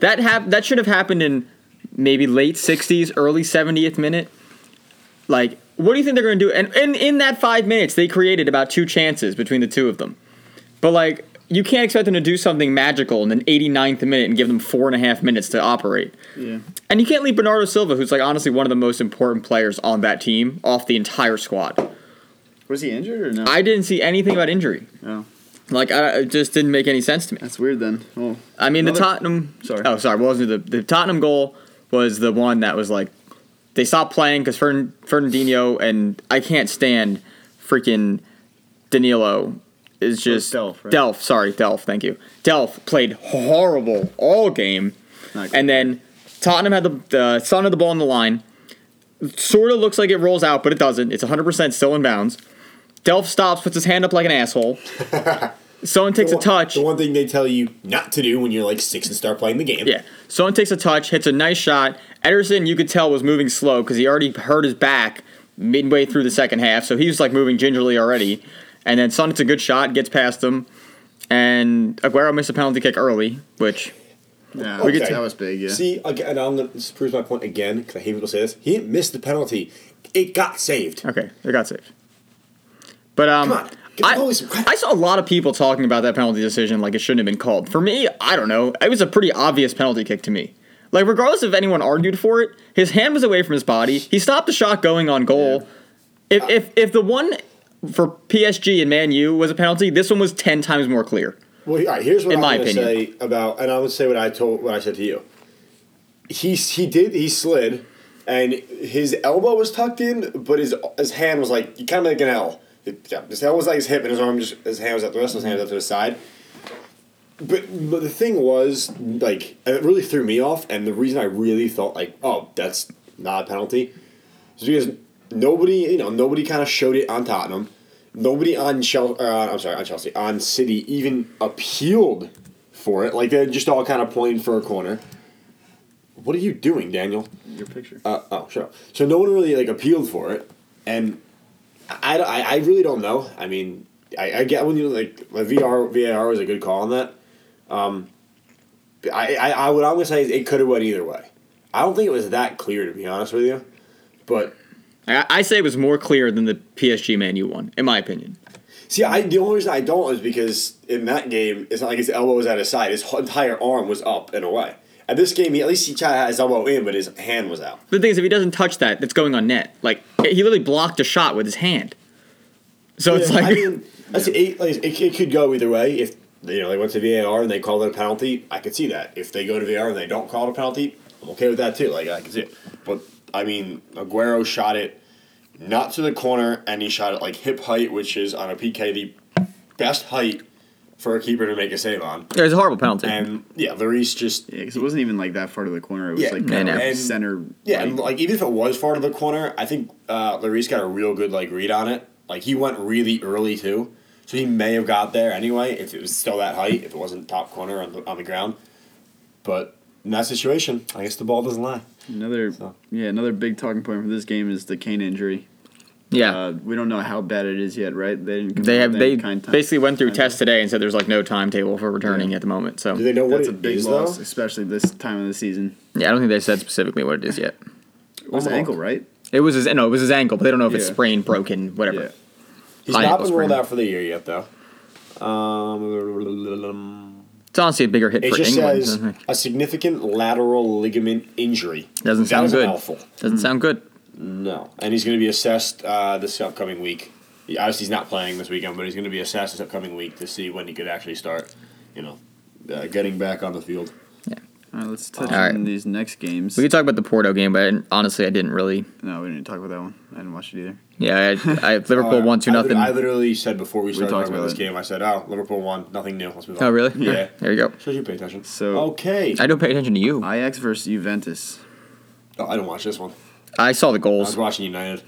A: That hap- that should have happened in maybe late 60s, early 70th minute. Like, what do you think they're going to do? And, and in that five minutes, they created about two chances between the two of them. But like, you can't expect them to do something magical in the 89th minute and give them four and a half minutes to operate.
B: yeah.
A: And you can't leave Bernardo Silva, who's like honestly one of the most important players on that team, off the entire squad.
B: Was he injured or no?
A: I didn't see anything about injury.
B: oh,
A: Like, I, it just didn't make any sense to me.
B: that's weird then. Well,
A: I mean, the
B: Another-
A: Tottenham.
B: Sorry.
A: Oh, sorry. What was it? The, the Tottenham goal was the one that was like they stopped playing because Fern, Fernandinho and I can't stand freaking Danilo is just
B: Oh, Delph, right?
A: Delph. Sorry, Delph. Thank you. Delph played horrible all game,
B: Not good.
A: and then Tottenham had the, the son of the ball on the line. Sort of looks like it rolls out, but it doesn't. It's 100% still in bounds. Delph stops, puts his hand up like an asshole. Someone takes a touch.
C: The one thing they tell you not to do when you're like six and start playing the game.
A: Yeah. Someone takes a touch, hits a nice shot. Ederson, you could tell, was moving slow because he already hurt his back midway through the second half. So he was like moving gingerly already. And then Son hits a good shot, gets past him. And Aguero missed a penalty kick early, which
B: yeah,
C: Okay.
B: that was big. Yeah.
C: See, again, and I'm gonna, this proves my point again because I hate people say this. He didn't miss the penalty; it got saved.
A: okay, it got saved. But um,
C: Come on, give the goalie some
A: I,
C: credit.
A: I saw a lot of people talking about that penalty decision like it shouldn't have been called. For me, I don't know. It was a pretty obvious penalty kick to me. Like regardless if anyone argued for it, his hand was away from his body. He stopped the shot going on goal. If if if the one for PSG and Man U was a penalty, this one was ten times more clear.
C: Well, all right, here's what
A: In
C: I'm
A: my
C: gonna
A: opinion.
C: say about, and I would say what I told, what I said to you. He he did he slid, and his elbow was tucked in, but his his hand was like you kind of like an L. It- yeah, his hand was like his hip, and his arm just his hand was out. The rest of his hand was out to the side. But, but the thing was like and it really threw me off, and the reason I really thought like oh that's not a penalty is because nobody you know nobody kind of showed it on Tottenham, nobody on Chelsea. Uh, I'm sorry, on Chelsea on City even appealed for it. Like they just all kind of pointed for a corner. What are you doing, Daniel?
B: Your picture.
C: Uh, oh, sure. So no one really like appealed for it, and I, I, I really don't know. I mean, I, I get when you like the VR VAR was a good call on that. Um, I, I, I what I'm gonna say is it could have went either way. I don't think it was that clear to be honest with you, but
A: I, I say it was more clear than the PSG Man U one, in my opinion.
C: See, I the only reason I don't is because in that game, it's not like his elbow was at his side; his whole entire arm was up and away. At this game, he at least he kind of had his elbow in, but his hand was out.
A: The thing is, if he doesn't touch that, that's going on net. Like he literally blocked a shot with his hand. So it's like
C: I mean, that's it, like, it, it could go either way. If you know they went to VAR and they called it a penalty, I could see that. If they go to VAR and they don't call it a penalty, I'm okay with that too. Like I can see it. But I mean, Aguero shot it not to the corner, and he shot it like hip height, which is on a PK the best height for a keeper to make a save on.
A: it was a horrible penalty.
C: And yeah, Lloris just
B: Yeah, 'cause it wasn't even like that far to the corner. It was
C: Yeah,
B: like
C: no,
B: kind
A: no.
B: of
C: And-
B: center.
C: Yeah,
B: right.
C: and like even if it was far to the corner, I think uh, Lloris got a real good like read on it. Like he went really early too, so he may have got there anyway if it was still that height, if it wasn't top corner on the on the ground. But in that situation, I guess the ball doesn't lie.
B: another
C: So.
B: yeah, another big talking point for this game is the Kane injury.
A: yeah,
B: Uh, we don't know how bad it is yet, right? They didn't. come
A: they
B: out
A: have
B: with
A: they
B: any kind of-
A: basically went through
B: time-
A: tests today and said there's like no timetable for returning at the moment. So
C: Do they know what
B: That's a
C: it
B: big
C: is,
B: loss,
C: though?
B: especially this time of the season.
A: yeah, I don't think they said specifically what it is yet.
B: It was
C: Almost.
B: ankle, right?
A: It was his no, it was his ankle, but they don't know if it's
B: Yeah.
A: sprained, broken, whatever.
B: Yeah.
C: He's
A: High
C: not
A: ankle
C: been rolled
A: sprain.
C: out for the year yet though. Um,
A: It's honestly a bigger hit
C: it
A: for
C: just
A: England. Uh-huh.
C: says
A: doesn't it?
C: a significant lateral ligament injury.
A: Doesn't
C: That
A: sound
C: was
A: good.
C: Awful.
A: Doesn't sound good.
C: No, and he's going to be assessed uh, this upcoming week. He, obviously, he's not playing this weekend, but he's going to be assessed this upcoming week to see when he could actually start. You know, uh, getting back on the field.
B: All right, let's touch
A: All right.
B: on these next games.
A: We could talk about the Porto game, but I didn't- honestly, I didn't really.
B: no, we didn't talk about that one. I didn't watch it either.
A: Yeah, I, I, Liverpool
C: Uh,
A: one two
C: I lit-
A: nothing.
C: I, literally said before we started
B: talked
C: talking
B: about
C: about this
B: it.
C: game, I said, "Oh, Liverpool won, nothing new. Let's move on."
A: Oh really?
C: Yeah.
A: There you go.
C: So you pay attention.
B: So-
C: okay.
A: I don't pay attention to you.
B: Ajax versus Juventus.
C: oh, I didn't watch this one.
A: I saw the
C: I was
A: goals.
C: watching United.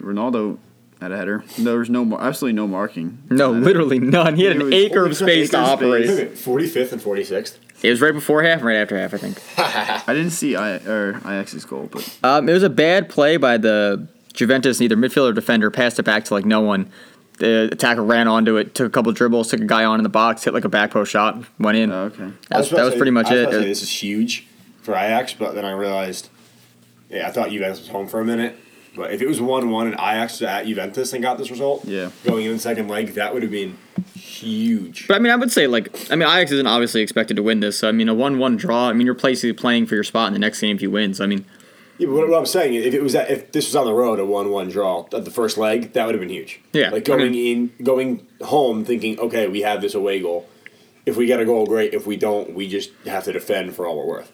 B: Ronaldo had a header. There was no mar- absolutely no marking.
A: No, literally none. He had
B: It
A: an
B: was-
A: acre of
B: Acre
A: space to
B: space.
A: operate.
C: Forty fifth and forty sixth.
A: It was right before half, and right after half, I think.
B: I didn't see I or Ajax's goal, but
A: Um, it was a bad play by the Juventus, neither midfielder or defender, passed it back to like no one. The attacker ran onto it, took a couple dribbles, took a guy on in the box, hit like a back post shot, went in.
B: oh, okay.
A: that was,
C: Uh, I
A: that
C: about
A: was
C: to
A: pretty
C: say-
A: much
C: I was
A: it.
C: about to say, this is huge for Ajax, but then I realized, yeah, I thought Juventus was home for a minute. But if it was one-one and Ajax was at Juventus and got this result,
B: Yeah.
C: going in the second leg, that would have been huge.
A: But I mean, I would say like I mean, Ajax isn't obviously expected to win this. So I mean, a one-one draw. I mean, you're basically playing for your spot in the next game if you win. So I mean,
C: Yeah, but what, what I'm saying, is, if it was that, if this was on the road, a one-one draw at the first leg, that would have been huge.
A: Yeah,
C: like
A: I
C: going in, going home, thinking, okay, we have this away goal. If we get a goal, great. If we don't, we just have to defend for all we're worth.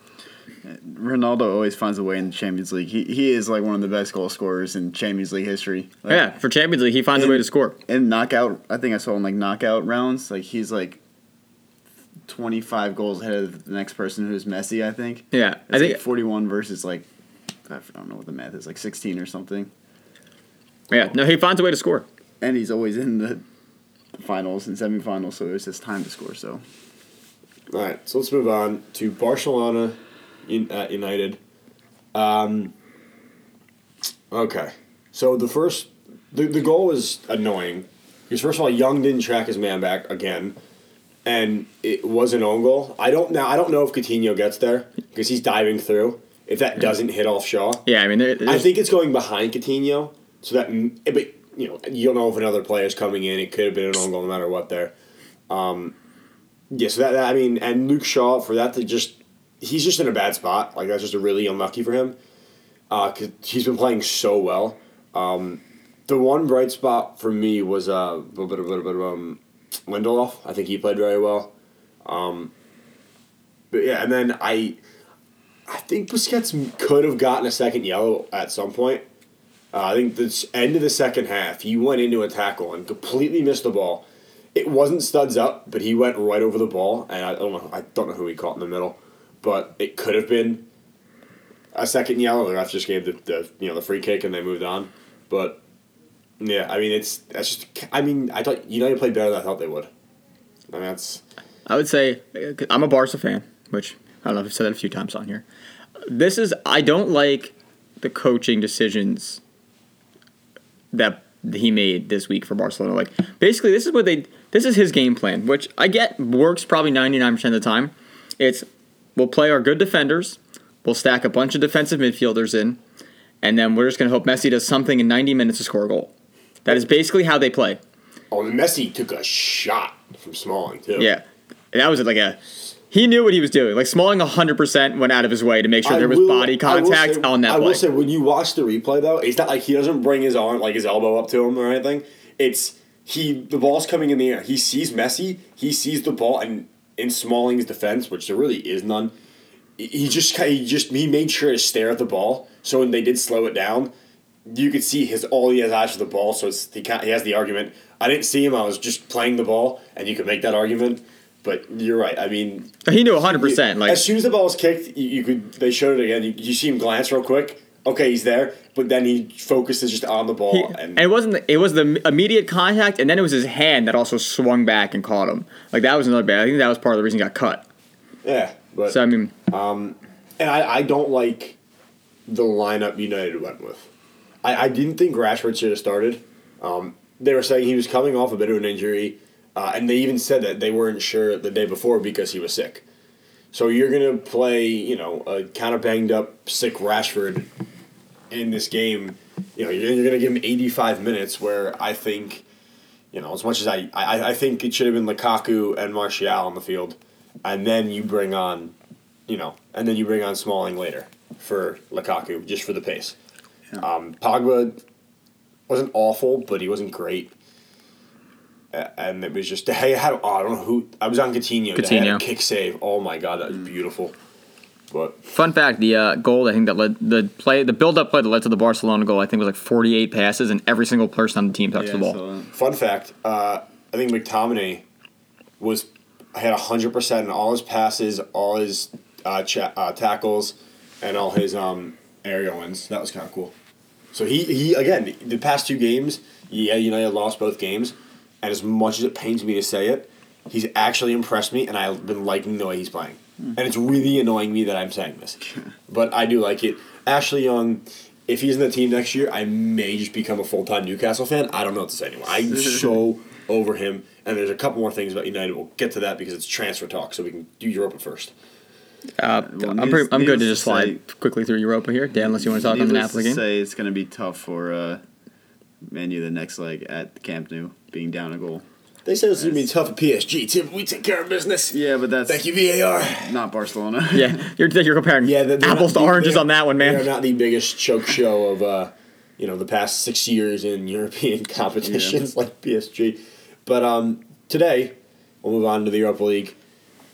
B: Ronaldo always finds a way in the Champions League. He he is like one of the best goal scorers in Champions League history. Like,
A: yeah, for Champions League, he finds a way to score.
B: In knockout, I think I saw in like knockout rounds, like he's like twenty five goals ahead of the next person who's Messi. I think.
A: Yeah,
B: It's
A: I think
B: like forty one versus like I don't know what the math is, like sixteen or something.
A: yeah. No, he finds a way to score.
B: And he's always in the finals and semifinals, so it was his time to score. So
C: All right, so let's move on to Barcelona in, at United. Um, okay, so the first the, the goal is annoying because first of all, Young didn't track his man back again, and it was an own goal. I don't now I don't know if Coutinho gets there because he's diving through. If that doesn't hit off Shaw,
A: Yeah, I mean, there,
C: I
A: there's-
C: think it's going behind Coutinho, so that m- but you know you don't know if another player's coming in. It could have been an own goal, no matter what. There, um, yeah. So that, that I mean, and Luke Shaw for that to just he's just in a bad spot. Like that's just a really unlucky for him. Uh, he he's been playing so well. Um, the one bright spot for me was uh, blah, blah, blah, blah, blah, um, Lindelof. I think he played very well. Um, but yeah, and then I. I think Busquets could have gotten a second yellow at some point. Uh, I think the s- end of the second half, he went into a tackle and completely missed the ball. It wasn't studs up, but he went right over the ball, and I don't know. I don't know who he caught in the middle, but it could have been a second yellow. The ref just gave the, the you know the free kick, and they moved on. But yeah, I mean it's that's just. I mean I thought United played better than I thought they would. I mean that's
A: I would say I'm a Barca fan, which I don't know if I've said that a few times on here. This is I don't like the coaching decisions that he made this week for Barcelona. Like basically this is what they this is his game plan, which I get works probably 99% of the time. It's we'll play our good defenders, we'll stack a bunch of defensive midfielders in, and then we're just going to hope Messi does something in 90 minutes to score a goal. That is basically how they play.
C: Oh, and Messi took a shot from Smalling too.
A: Yeah. And that was like a. He knew what he was doing. Like Smalling 100% went out of his way to make sure
C: I
A: there was
C: will-
A: body
C: I will
A: contact
C: say-
A: on that
C: I
A: play.
C: will say when you watch the replay though, it's not like he doesn't bring his arm like his elbow up to him or anything. It's he the ball's coming in the air. He sees Messi, he sees the ball and in Smalling's defense, which there really is none, he- he just ki- he just he made sure to stare at the ball. So when they did slow it down, you could see his all he has eyes for the ball. So it's, he ca- he has the argument. I didn't see him. I was just playing the ball, and you could make that argument. But you're right. I mean,
A: he knew 100%. Like,
C: as soon as the ball was kicked, you, you could they showed it again. You, you see him glance real quick. Okay, he's there, but then he focuses just on the ball
A: he-
C: and,
A: and it wasn't. the- It was the immediate contact, and then it was his hand that also swung back and caught him. Like that was another bad. I think that was part of the reason he got cut.
C: yeah. But
A: So I mean,
C: and I, I don't like the lineup United went with. I, I didn't think Rashford should have started. Um, they were saying he was coming off a bit of an injury, uh, and they even said that they weren't sure the day before because he was sick. So you're gonna play, you know, a kind of banged up, sick Rashford in this game. You know, you're, you're gonna give him 85 minutes where I think, you know, as much as I, I, I think it should have been Lukaku and Martial on the field, and then you bring on you know, and then you bring on Smalling later for Lukaku just for the pace. Um, Pogba wasn't awful, but he wasn't great. A- And it was just De Gea had oh, I don't know who I was on Coutinho. De Gea had a
A: Coutinho.
C: kick save. Oh my god, that was beautiful. But
A: fun fact: the uh, goal I think that led the play, the build-up play that led to the Barcelona goal, I think was like 48 passes, and every single person on the team touched
B: Yeah,
A: the ball.
B: so, uh,
C: fun fact, uh, I think McTominay was had hundred percent in all his passes, all his uh, cha- uh, tackles, and all his um, aerial wins. That was kind of cool. So he, he again the past two games, yeah, United lost both games, and as much as it pains me to say it, he's actually impressed me, and I've been liking the way he's playing, and it's really annoying me that I'm saying this, but I do like it. Ashley Young, if he's in the team next year, I may just become a full time Newcastle fan. I don't know what to say anymore. I'm so over him, and there's a couple more things about United. We'll get to that because it's transfer talk, so we can do Europa first.
A: Uh,
B: well,
A: I'm pretty, I'm good to
B: needless
A: just
B: to
A: slide
B: say-
A: quickly through Europa here, Dan. Unless you want to talk on the
B: needless
A: Napoli
B: to
A: game.
B: say it's going to be tough for uh, Manu the next leg at Camp Nou, being down a goal.
C: They said this is gonna be tough at PSG. Tim, we take care of business.
B: Yeah, but that's
C: Thank you, VAR.
B: not Barcelona.
A: yeah, you're you're comparing
C: Yeah, they're- they're
A: apples
C: not
A: to
C: the-
A: oranges
C: they're-
A: on that one, man.
C: They're not the biggest choke show of uh, you know the past six years in European competitions like PSG. But um, today we'll move on to the Europa League.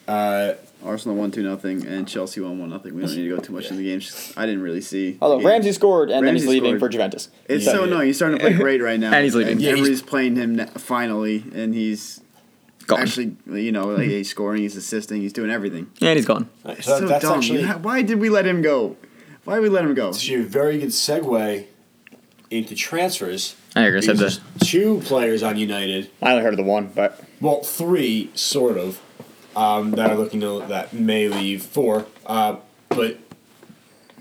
C: Uh,
B: Arsenal won two nothing and Chelsea won one nothing. We don't need to go too much in the games. I didn't really see.
A: Although
B: the game.
A: Ramsey scored and then he's
B: Ramsey
A: leaving
B: scored.
A: for Juventus.
B: It's
C: Yeah.
B: so annoying. He's starting to play great right now,
A: And he's leaving.
B: And
C: Yeah, he's-
B: everybody's playing him na- finally, and he's
A: Gone.
B: actually, you know, like, he's scoring, he's assisting, he's doing everything.
A: and he's gone.
B: It's
C: so
B: so
C: that's
B: dumb.
C: actually
B: You ha- why did we let him go? Why did we let him go?
C: actually a very good segue into transfers.
A: I agree, I said
C: Because there's Two players on United
A: I only heard of the one, but
C: well, three sort of um, that are looking to that may leave four, uh, but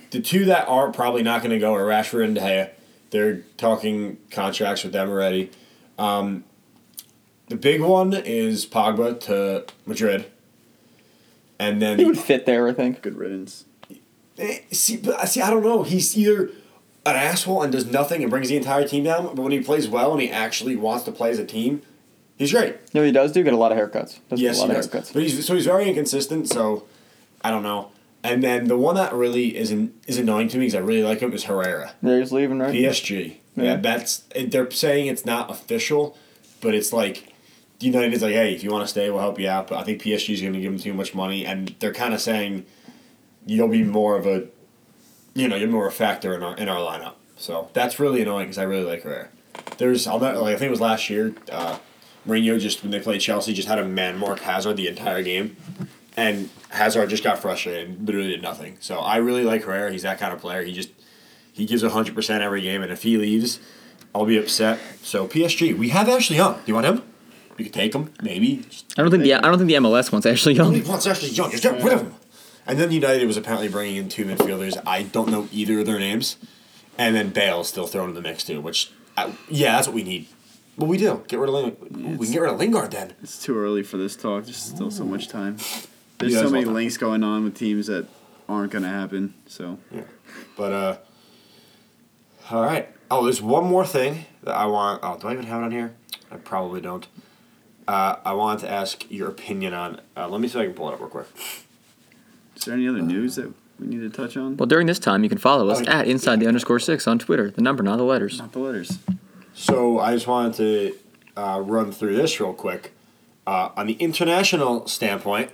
C: the two that are probably not going to go are Rashford and De Gea. They're talking contracts with them already. Um, the big one is Pogba to Madrid, and then
A: he would fit there, I think.
B: Good riddance.
C: Eh, See, but I- see, I don't know. He's either an asshole and does nothing and brings the entire team down, but when he plays well and he actually wants to play as a team, he's great.
A: You know, he does do get a lot of haircuts. Does get
C: Yes,
A: a lot
C: he
A: of
C: does.
A: haircuts.
C: But he's so he's very inconsistent. So I don't know. And then the one that really isn't is annoying to me because I really like him is Herrera,
A: There he's leaving, right?
C: PSG. Yeah,
A: Yeah.
C: that's they're saying it's not official, but it's like United is like, hey, if you want to stay, we'll help you out. But I think PSG is going to give him too much money, and they're kind of saying you'll be more of a, you know, you're more a factor in our in our lineup. So that's really annoying because I really like Herrera. There's I'll not, like I think it was last year. Uh, Mourinho just when they played Chelsea just had a man mark Hazard the entire game, and Hazard just got frustrated and literally did nothing. So I really like Herrera. He's that kind of player. He just he gives hundred percent every game, and if he leaves, I'll be upset. So PSG, we have Ashley Young. Do you want him? We could take him, maybe. Just-
A: I don't think the I don't think the MLS wants Ashley
C: Nobody
A: Young.
C: wants Ashley Young. Just get rid of him. And then United was apparently bringing in two midfielders. I don't know either of their names. And then Bale's still thrown in the mix too, which, I, yeah, that's what we need. But we do get rid of Lingard. Ooh, we can get rid of Lingard then.
B: It's too early for this talk. There's still so much time. There's
C: Yeah,
B: so
C: there's
B: many
C: a lot.
B: links going on with teams that aren't going to happen. So
C: But uh, all right. Oh, there's one more thing that I want. Oh, do I even have it on here? I probably don't. Uh, I wanted to ask your opinion on. Uh, let me see if I can pull it up real quick.
B: is there any other news that we need to touch on?
A: Well, during this time, you can follow us
C: Oh, yeah.
A: at inside the underscore six on Twitter. The number, not the letters.
B: Not the letters.
C: So I just wanted to uh, run through this real quick. Uh, on the international standpoint,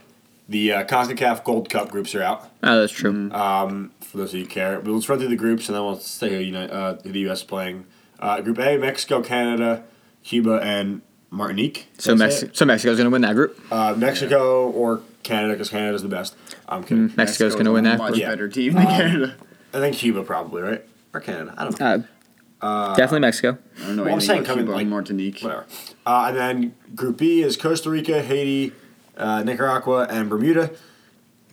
C: the uh, Concacaf Gold Cup groups are out.
A: Oh, that's true.
C: Um, for those of you who care, but let's run through the groups and then we'll say who, Uni- uh, who the U.S. is playing. Uh, group A: Mexico, Canada, Cuba, and Martinique.
A: So,
C: That's it.
A: Mex- so Mexico's going to win that group.
C: Uh, Mexico or Canada, because Canada's the best. I'm kidding.
A: Mexico's going to win that Um,
B: Much
A: group.
C: Yeah.
B: better team than Canada.
C: I think Cuba probably, right? Or Canada. I don't know.
A: Uh, definitely Mexico.
B: I don't know
C: well, I'm
B: anything
C: saying
B: about
C: coming,
B: Cuba and
C: like,
B: Martinique.
C: Whatever. Uh, and then Group B is Costa Rica, Haiti, uh, Nicaragua, and Bermuda.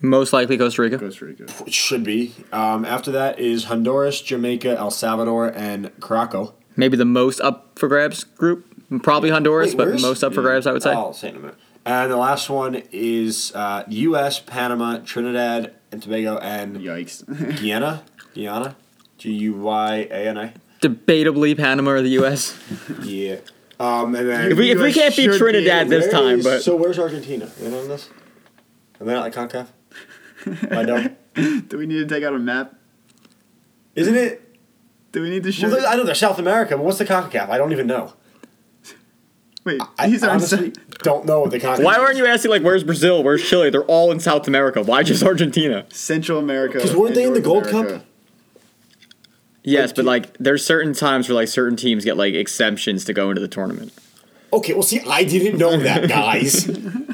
A: Most likely Costa Rica.
B: Costa Rica.
C: Which should be. Um, after that is Honduras, Jamaica, El Salvador, and Caraco.
A: Maybe the most up for grabs group. Probably Honduras,
C: Wait,
A: but
C: where's- oh.
A: most up for grabs, I would say.
C: I'll say in a minute. And the last one is uh, U.S., Panama, Trinidad and Tobago, and
B: Yikes.
C: Guyana. Guyana? G U Y A N A.
A: Debatably Panama or the U.S.
C: Yeah. Um, and then
A: If we, if we
B: US
A: can't beat
B: should be-
A: Trinidad this
C: Where
A: time,
C: is-
A: but
C: so where's Argentina? They know this? Are they not like Concacaf? I don't.
B: Do we need to take out a map?
C: Isn't it?
B: Do we need to show?
C: Well, they- I know they're South America, but what's the Concacaf? I don't even know.
B: Wait,
C: I
B: these aren't.
C: honestly don't know what the Concacaf.
A: why weren't you asking like where's Brazil, where's Chile? They're all in South America. Why just Argentina?
B: Central America.
C: 'Cause
B: and
C: weren't they in the
B: North
C: Gold Cup?
B: America.
A: Yes, but like there's certain times where like certain teams get like exemptions to go into the tournament.
C: Okay, well, see, I didn't know that, guys.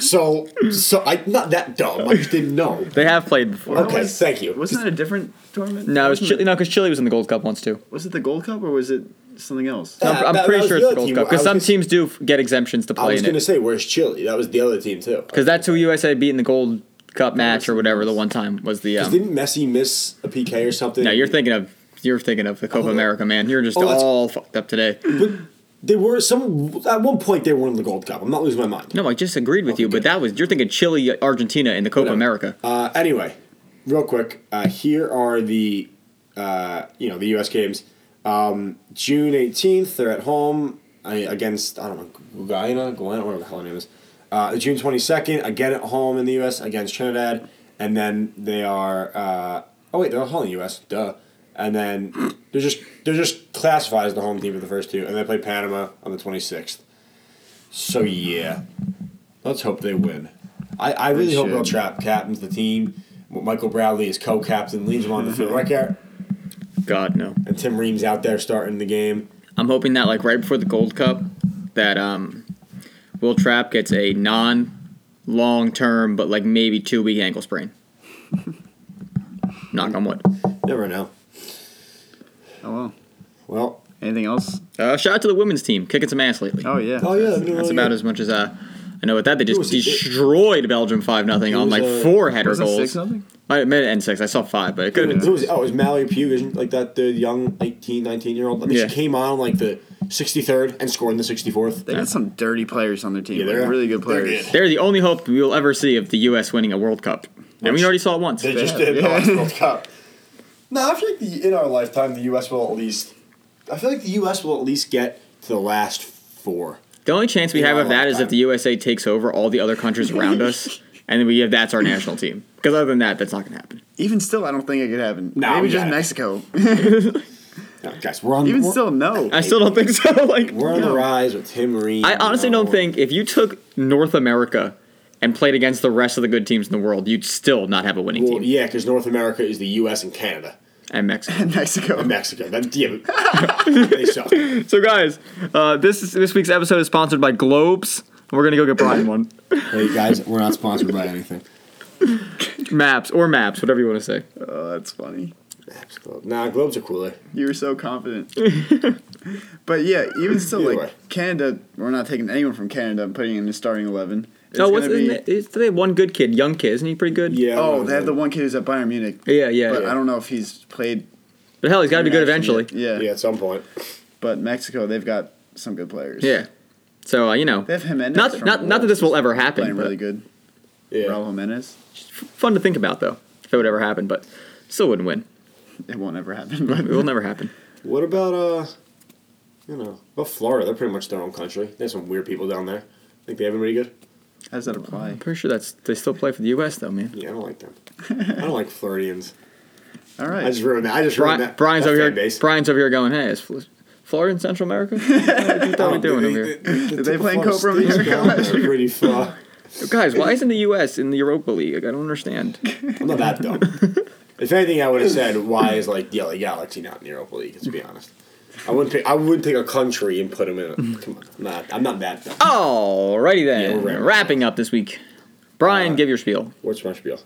C: so, so I not that dumb. I just didn't know.
A: They have played before.
C: Okay, thank you.
B: Wasn't that a different tournament?
A: No, it was
B: Wasn't
A: Chile. No, because Chile was in the Gold Cup once too.
B: Was it the Gold Cup or was it something else?
C: Uh,
A: I'm, I'm
C: that-
A: pretty
C: that
A: sure
C: was
A: it's the
C: the
A: Gold
C: team.
A: Cup
C: I
A: because
C: was
A: some
C: just-
A: teams do get exemptions to
C: I
A: play
C: was
A: in
C: gonna
A: it.
C: say, where's Chile? That was the other team too.
A: Because that's who USA beat in the Gold Cup match or whatever the one time was the. Um,
C: Didn't Messi miss a PK or something?
A: no, you're thinking of you're thinking of the Copa
C: no.
A: America, man. You're just
C: Oh, that's-
A: all fucked up today.
C: They were some at one point. They were in the Gold Cup. I'm not losing my mind.
A: No, I just agreed with you, but that was you're thinking Chile, Argentina, in the Copa
C: Whatever.
A: America.
C: Uh, anyway, real quick, uh, here are the uh, you know the U.S. games. Um, June eighteenth, they're at home I, against I don't know Guyana, Guyana, whatever the hell her name is. Uh, June twenty second, again at home in the U.S. against Trinidad, and then they are uh, oh wait they're at home in the U.S. Duh, and then they're just they're just classified as the home team for the first two, and they play Panama on the twenty sixth. So yeah, let's hope they win. I, I really hope
B: should.
C: El Trap captains the team. Michael Bradley is co-captain, leads them on the field right there,
A: God no.
C: and Tim Reams out there starting the game.
A: I'm hoping that like right before the Gold Cup, that um, Will Trap gets a non long term, but like maybe two week ankle sprain. Knock on wood.
C: Never know.
B: Oh well.
C: Well,
B: Anything else?
A: Uh, shout out to the women's team, kicking some ass lately.
B: Oh yeah.
C: oh yeah, that'd be
A: That's
C: really
A: about
C: good.
A: as much as uh, I know. With that, they just
C: was- it-
A: destroyed Belgium five nothing on
C: was,
A: like
C: uh,
A: four header
B: Was it six
A: goals.
B: nothing?
A: I made it end six. I saw five, but it could have been.
C: Who was it? Oh, it was Mallory Pugh, isn't it? like that the young 18, 19 year old. I mean,
A: Yeah.
C: she came on like the sixty third and scored in the sixty fourth.
B: They got some dirty players on their team.
C: Yeah,
B: like,
C: they're-
B: really good
C: they're
B: players.
C: good.
A: They're the only hope we will ever see of the U.S. winning a World Cup, and we already saw it once.
C: They just did the last World Cup. No, I feel like the, in our lifetime the U.S. will at least. I feel like the U.S. will at least get to the last four.
A: The only chance we
C: In
A: have
C: our
A: of that is
C: lifetime.
A: if the USA takes over all the other countries around us, and then we have that's our national team. Because other than that, that's not going to happen.
B: Even still, I don't think it could happen.
C: No,
B: Maybe
C: we
B: just
C: got it.
B: Mexico.
C: No, guys, we're on.
B: Even
C: we're,
B: still, no.
A: I still don't think so. Like,
C: we're on the
B: No.
C: rise with Tim Ream.
A: I honestly
C: you know.
A: don't think if you took North America and played against the rest of the good teams in the world, you'd still not have a winning
C: Well,
A: team.
C: yeah, because North America is the U.S. and Canada
A: And Mexico.
B: Mexico.
C: and Mexico. That, yeah, but- they suck.
A: so, guys, uh, this is, this week's episode is sponsored by Globes. We're gonna go get Brian one.
C: Hey guys, we're not sponsored by anything.
A: Maps or maps, whatever you want to say.
B: Oh, that's funny.
C: Habs Globe. Nah, Globes are cooler.
B: You were so confident. but yeah, even still,
C: Either
B: like
C: way.
B: Canada, we're not taking anyone from Canada and putting in the starting eleven. It's
A: No, Oh, what's
B: gonna be-
A: isn't it, is they one good kid, young kid, isn't he pretty good?
C: Yeah.
B: Oh, they have the one kid who's at Bayern Munich.
A: Yeah, yeah.
B: but
A: yeah.
B: I don't know if he's played.
A: But hell, he's got to be good eventually.
B: internationally yet. Yeah.
C: Yeah, at some point.
B: But Mexico, they've got some good players.
A: Yeah. So uh, you know,
B: They have Jimenez.
A: not
B: from
A: not not that this will ever
B: Playing
A: happen. But
B: really good.
C: Yeah.
B: Raul Jimenez.
A: Fun to think about though, if it would ever happen. But still wouldn't win.
B: It won't ever happen.
A: It will
B: But
A: never happen.
C: What about uh, you know, about Florida? They're pretty much their own country. They have some weird people down there. Think they have anybody good?
B: how does that
A: I'm
B: apply?
A: pretty sure that's they still play for the U.S. though, man.
C: Yeah, I don't like them. I don't like Floridians.
B: All
C: I
B: right.
C: just ruined that. I just ruined
A: Bri-
C: that.
A: Brian's
C: that
A: over
C: fan
A: here.
C: Base.
A: Brian's over here going, "Hey, is Fl- Florida in Central America? what
C: Oh,
A: you thought we
B: Oh,
A: doing over here,
C: Did
B: they play in Copa America last year?
C: Pretty far.
A: guys? Why isn't the U.S. in the Europa League? Like, I don't understand.
C: I'm not that dumb. if anything, I would have said why is like yeah, like Galaxy not in the Europa League. Let's be honest. I wouldn't pick. I wouldn't take a country and put them in. A, come on, I'm not. I'm not that dumb.
A: Oh! Alrighty
C: Yeah,
A: then,
C: we're wrapping
A: wrapping up this week.
B: Uh,
A: Brian, give your spiel.
C: What's my spiel?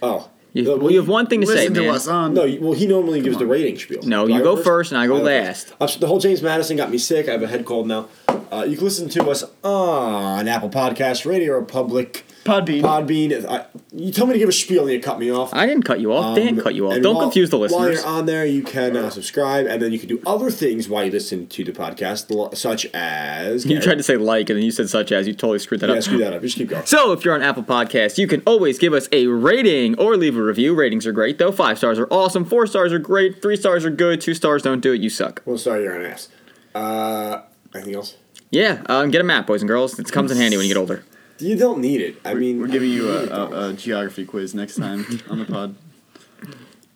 C: Oh,
A: You,
C: No,
A: well, you have one thing to say,
B: Listen to
A: man.
B: us on.
C: No, well, he normally gives the rating spiel.
A: No,
C: Do
A: you
C: I
A: go first and I go
C: go
A: last.
C: Uh, so the whole James Madison got me sick. I have a head cold now. Uh, you can listen to us on Apple Podcasts, Radio Republic,
B: Podbean.
C: Podbean. I, you tell me to give a spiel and you cut me off.
A: I didn't cut you off. Dan
C: Um,
A: cut you off.
C: and
A: Don't
C: while-
A: confuse the
C: While
A: listeners.
C: you're on there, you can uh, subscribe, and then you can do other things while you listen to the podcast, lo- such as
A: You tried to say like, and then you said such as. You totally screwed that
C: yeah,
A: up.
C: screw that up. Just keep going.
A: So, if you're on Apple Podcasts, you can always give us a rating or leave a review. Ratings are great, though. Five stars are awesome. Four stars are great. Three stars are good. Two stars don't do it. You suck.
C: Well, sorry, you're an ass. Uh, anything else?
A: Yeah, um, get a map, boys and girls. It comes in handy when you get older.
C: You don't need it. I mean,
B: We're giving you a, a, a geography quiz next time on the pod.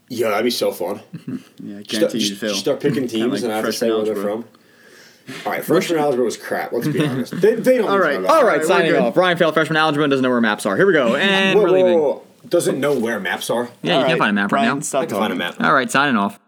C: yeah, that'd be so fun.
B: Yeah, I
C: Start-
B: guarantee you
C: just-
B: fail.
C: just Start picking teams
B: like
C: and I have to
B: freshman
C: say where they're
B: algebra.
C: from. All right, freshman algebra was crap. Let's be honest. They, they don't.
B: All right,
C: Know
A: All
B: All
A: right,
B: right, we're
A: signing
B: good.
A: off. Brian failed freshman algebra and doesn't know where maps are. Here we go. And
C: Whoa,
A: we're
C: whoa,
A: leaving.
C: whoa. Doesn't know where maps are.
A: Yeah, you can't find a map right now.
C: I can find a map.
A: All right, signing off.